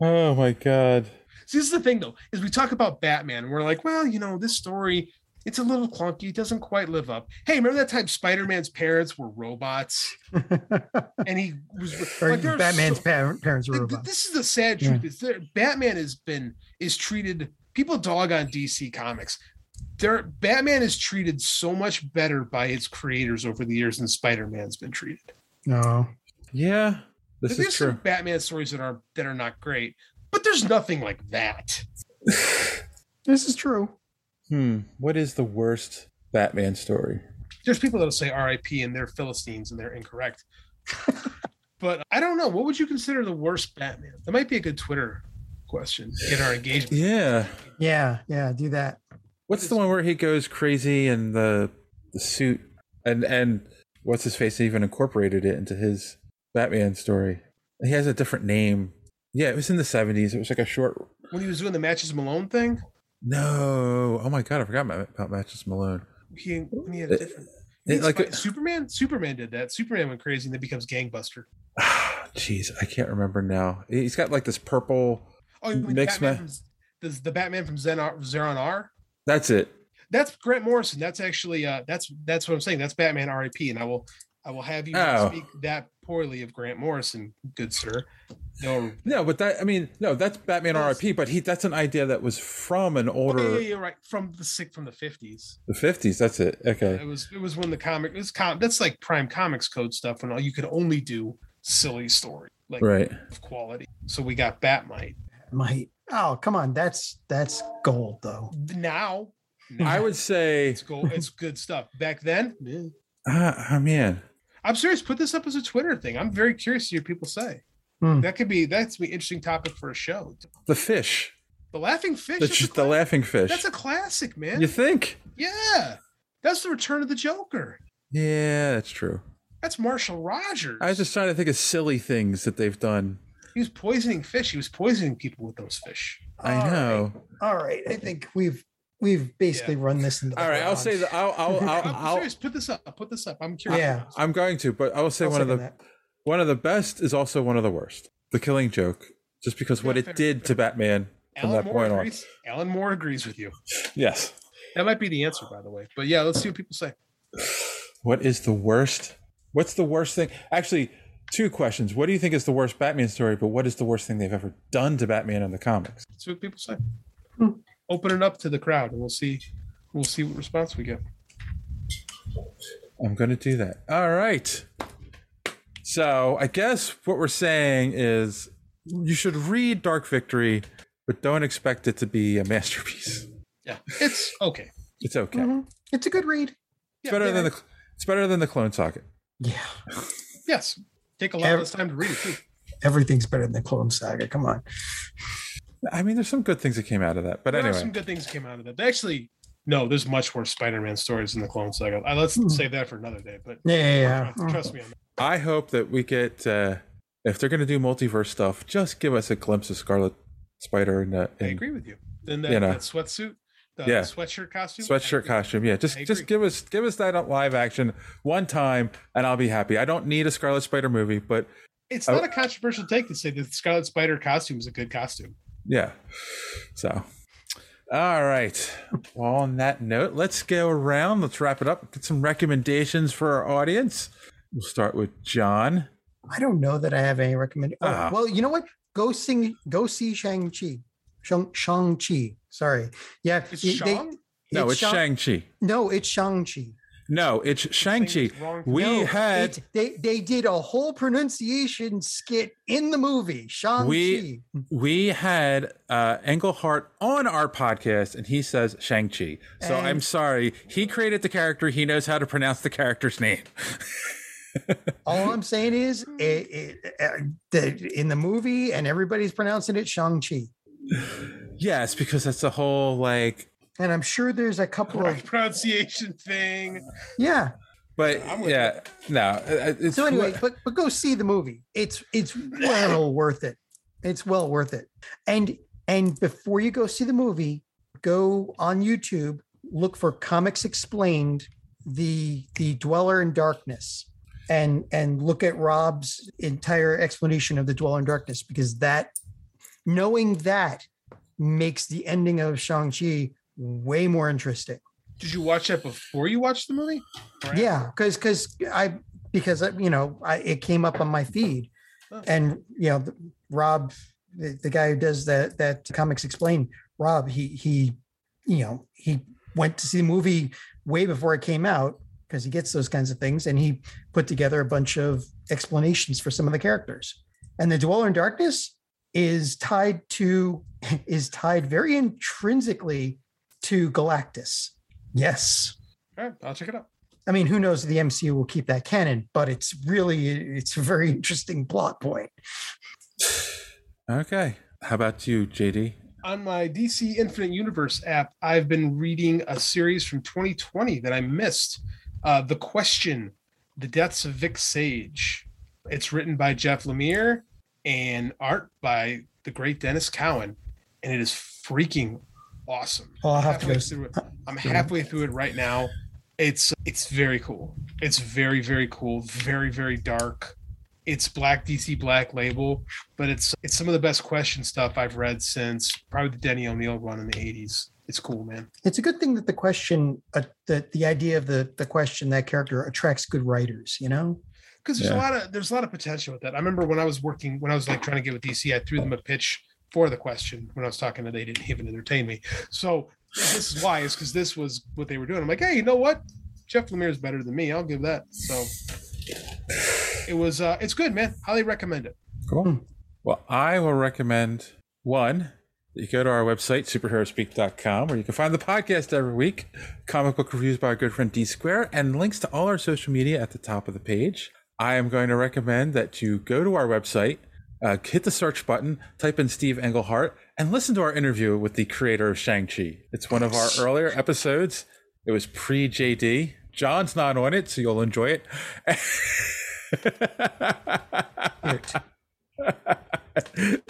Oh my god. Oh See, this is the thing though, is we talk about Batman, and we're like, well, you know, this story it's a little clunky. It doesn't quite live up. Hey, remember that time Spider Man's parents were robots, and he was Or there are Batman's so- par- parents were Th- th- robots. This is the sad Yeah. truth. Is there, Batman has been is treated. People dog on DC Comics. There, Batman is treated so much better by its creators over the years than Spider Man's been treated. No. Yeah, this there's is some true. Batman stories that are that are not great, but there's nothing like that. This is true. Hmm. What is the worst Batman story? There's people that'll say R.I.P. and they're Philistines and they're incorrect. but I don't know. What would you consider the worst Batman? That might be a good Twitter question. Get our engagement. Yeah. Yeah, yeah, do that. What's the one where he goes crazy and the the suit and and what's his face even incorporated it into his Batman story? He has a different name. Yeah, it was in the seventies. It was like a short. When he was doing the matches Malone thing, No, oh my god, I forgot ma- about Matches Malone. he, when he had a It- different. it- It's like- uh, like Superman, Superman did that. Superman went crazy and then becomes Gangbuster. Jeez, I can't remember now. He's got like this purple Oh, you mean mixed Batman ma- from, Z- the, the Batman from Zen, Zeron R? That's it. That's Grant Morrison. That's actually uh, that's that's what I'm saying. That's Batman R.I.P. And I will I will have you Oh. speak that poorly of Grant Morrison, good sir. No, No, but that I mean, no, that's Batman RIP. But he that's an idea that was from an yeah, Oh, yeah, older yeah, right from the sick from the 50s. the fifties. That's it. It Okay. was it was when the comic it was com that's like prime comics code stuff when all you could only do silly story like Right. of quality. So we got Batmite Might. Oh, come on. That's that's gold though. now. I would say, It's cool. It's good stuff. Back then, eh. ah, ah, man, I'm serious. Put this up as a Twitter thing. I'm very curious to hear people say. Hmm. That could be that's an interesting topic for a show. the fish, The laughing fish. the, that's, a, the laughing fish. that's a classic, man. You think? yeah, that's the return of the Joker. Yeah, that's true. That's Marshall Rogers. I was just trying to think of silly things that they've done. He was poisoning fish. He was poisoning people with those fish. I know. All right. I think we've we've basically run this into the All right, I'll ground. say that. I'll. I'll. I'll, I'm I'll serious. Put this up. Put this up. I'm curious. yeah, I'm going to, but I will say I'll one of the second one of the best is also one of the worst. The Killing Joke, just because what it did to Batman from that Alan Moore point on. agrees. Alan Moore agrees with you. Yes. That might be the answer, by the way. But yeah, let's see what people say. What is the worst? What's the worst thing? Actually, two questions. What do you think is the worst Batman story? But what is the worst thing they've ever done to Batman in the comics? Let's see what people say. Open it up to the crowd, and we'll see. We'll see what response we get. I'm going to do that. All right. So I guess what we're saying is you should read Dark Victory, but don't expect it to be a masterpiece. Yeah, it's okay. It's okay. Mm-hmm. Mm-hmm. It's a good read. It's better than the it's better than the Clone Socket. Yes, take a lot of this time to read it too. Everything's better than the Clone Saga. Come on. I mean, there's some good things that came out of that, but there anyway, are some good things came out of that. Actually, no, there's much worse Spider-Man stories in the Clone Saga. Uh, Hmm. let's save that for another day. But Yeah, yeah, yeah. trust, trust me on that. I hope that we get uh, if they're going to do multiverse stuff, just give us a glimpse of Scarlet Spider and, uh, I and agree with you. Then that, You know. that sweatsuit, the Yeah. sweatshirt costume, sweatshirt costume. Yeah, just I just give us give us that on live action one time, and I'll be happy. I don't need a Scarlet Spider movie, but It's I- not a controversial take to say that the Scarlet Spider costume is a good costume. yeah. So, all right. Well, on that note, let's go around. Let's wrap it up. Get some recommendations for our audience. We'll start with John. I don't know that I have any recommend. Oh, Ah. well, you know what? Go sing. Go see Shang Chi. Shang Shang Chi. Sorry. Yeah. It's they- Shang? No, it's, Shang- Shang Chi. No, it's Shang Chi. No, it's Shang Chi. We No, had it- they they did a whole pronunciation skit in the movie Shang Chi. we we had uh Englehart on our podcast and he says Shang-Chi. So And- I'm sorry. He created the character. He knows how to pronounce the character's name. All I'm saying is, it, it, uh, the, in the movie, and everybody's pronouncing it Shang Chi. Yes, because that's the whole like And I'm sure there's a couple of Pronunciation thing. yeah. but yeah, no. uh, It's, So anyway, but but go see the movie. It's it's well worth it. It's well worth it. And and before you go see the movie, go on YouTube, look for Comics Explained, the the Dweller in Darkness, and and look at Rob's entire explanation of the Dweller in Darkness because that knowing that makes the ending of Shang Chi way more interesting. Did you watch that before you watched the movie? yeah because because i because uh, you know I, it came up on my feed and you know rob the, the guy who does that that comics explain rob he he you know he went to see the movie way before it came out because he gets those kinds of things and he put together a bunch of explanations for some of the characters and the dweller in darkness is tied to is tied very intrinsically to galactus yes All right, I'll check it out. I mean, who knows? if The MCU will keep that canon, but it's really it's a very interesting plot point. Okay. How about you, JD? On my DC Infinite Universe app, I've been reading a series from 2020 that I missed. Uh, the Question: The Deaths of Vic Sage. It's written by Jeff Lemire and art by the great Dennis Cowan, and it is freaking awesome. I'll have to halfway go- through it. I'm halfway through it right now. It's it's very cool. It's very very cool. Very very dark. It's Black DC Black Label, but it's it's some of the best question stuff I've read since probably the Denny O'Neill run in the '80s. It's cool, man. It's a good thing that the question, uh, that the idea of the the question that character attracts good writers. You know, because there's Yeah. a lot of there's a lot of potential with that. I remember when I was working when I was like trying to get with DC, I threw them a pitch for the question when I was talking to they didn't even entertain me. So this is why is because this was what they were doing. I'm like, hey, you know what? Jeff Lemire is better than me. I'll give that. So it was uh it's good, man. Highly recommend it. Cool. Well, I will recommend one that you go to our website, superheroespeak.com, where you can find the podcast every week, comic book reviews by our good friend D Square, and links to all our social media at the top of the page. I am going to recommend that you go to our website, uh, hit the search button, type in Steve Englehart, and listen to our interview with the creator of Shang-Chi. It's one of our earlier episodes. It was pre JD. John's not on it, so you'll enjoy it.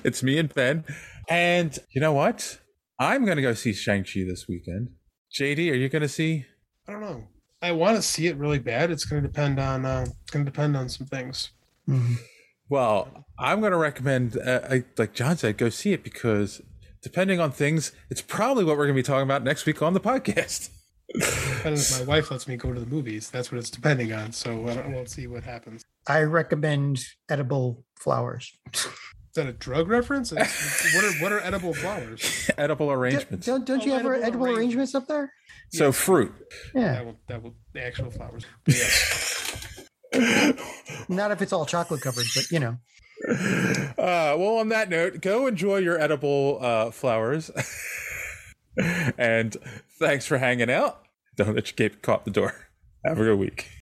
it's me and Ben. And you know what? I'm going to go see Shang-Chi this weekend. JD, are you going to see? I don't know. I want to see it really bad. It's gonna depend on uh it's gonna depend on some things. Well, I'm going to recommend, uh, I, like John said, go see it because depending on things, it's probably what we're going to be talking about next week on the podcast. Depending if my wife lets me go to the movies, that's what it's depending on. So I don't, we'll see what happens. I recommend edible flowers. Is that a drug reference? It's- what are what are edible flowers? Edible arrangements. Don't don't you have edible, arrangements up there? So fruit. Yeah, That will, that will the actual flowers. not if it's all chocolate covered, but you know. Uh, well, on that note, go enjoy your edible uh, flowers. and thanks for hanging out. Don't let your cape caught the door. Have a good week.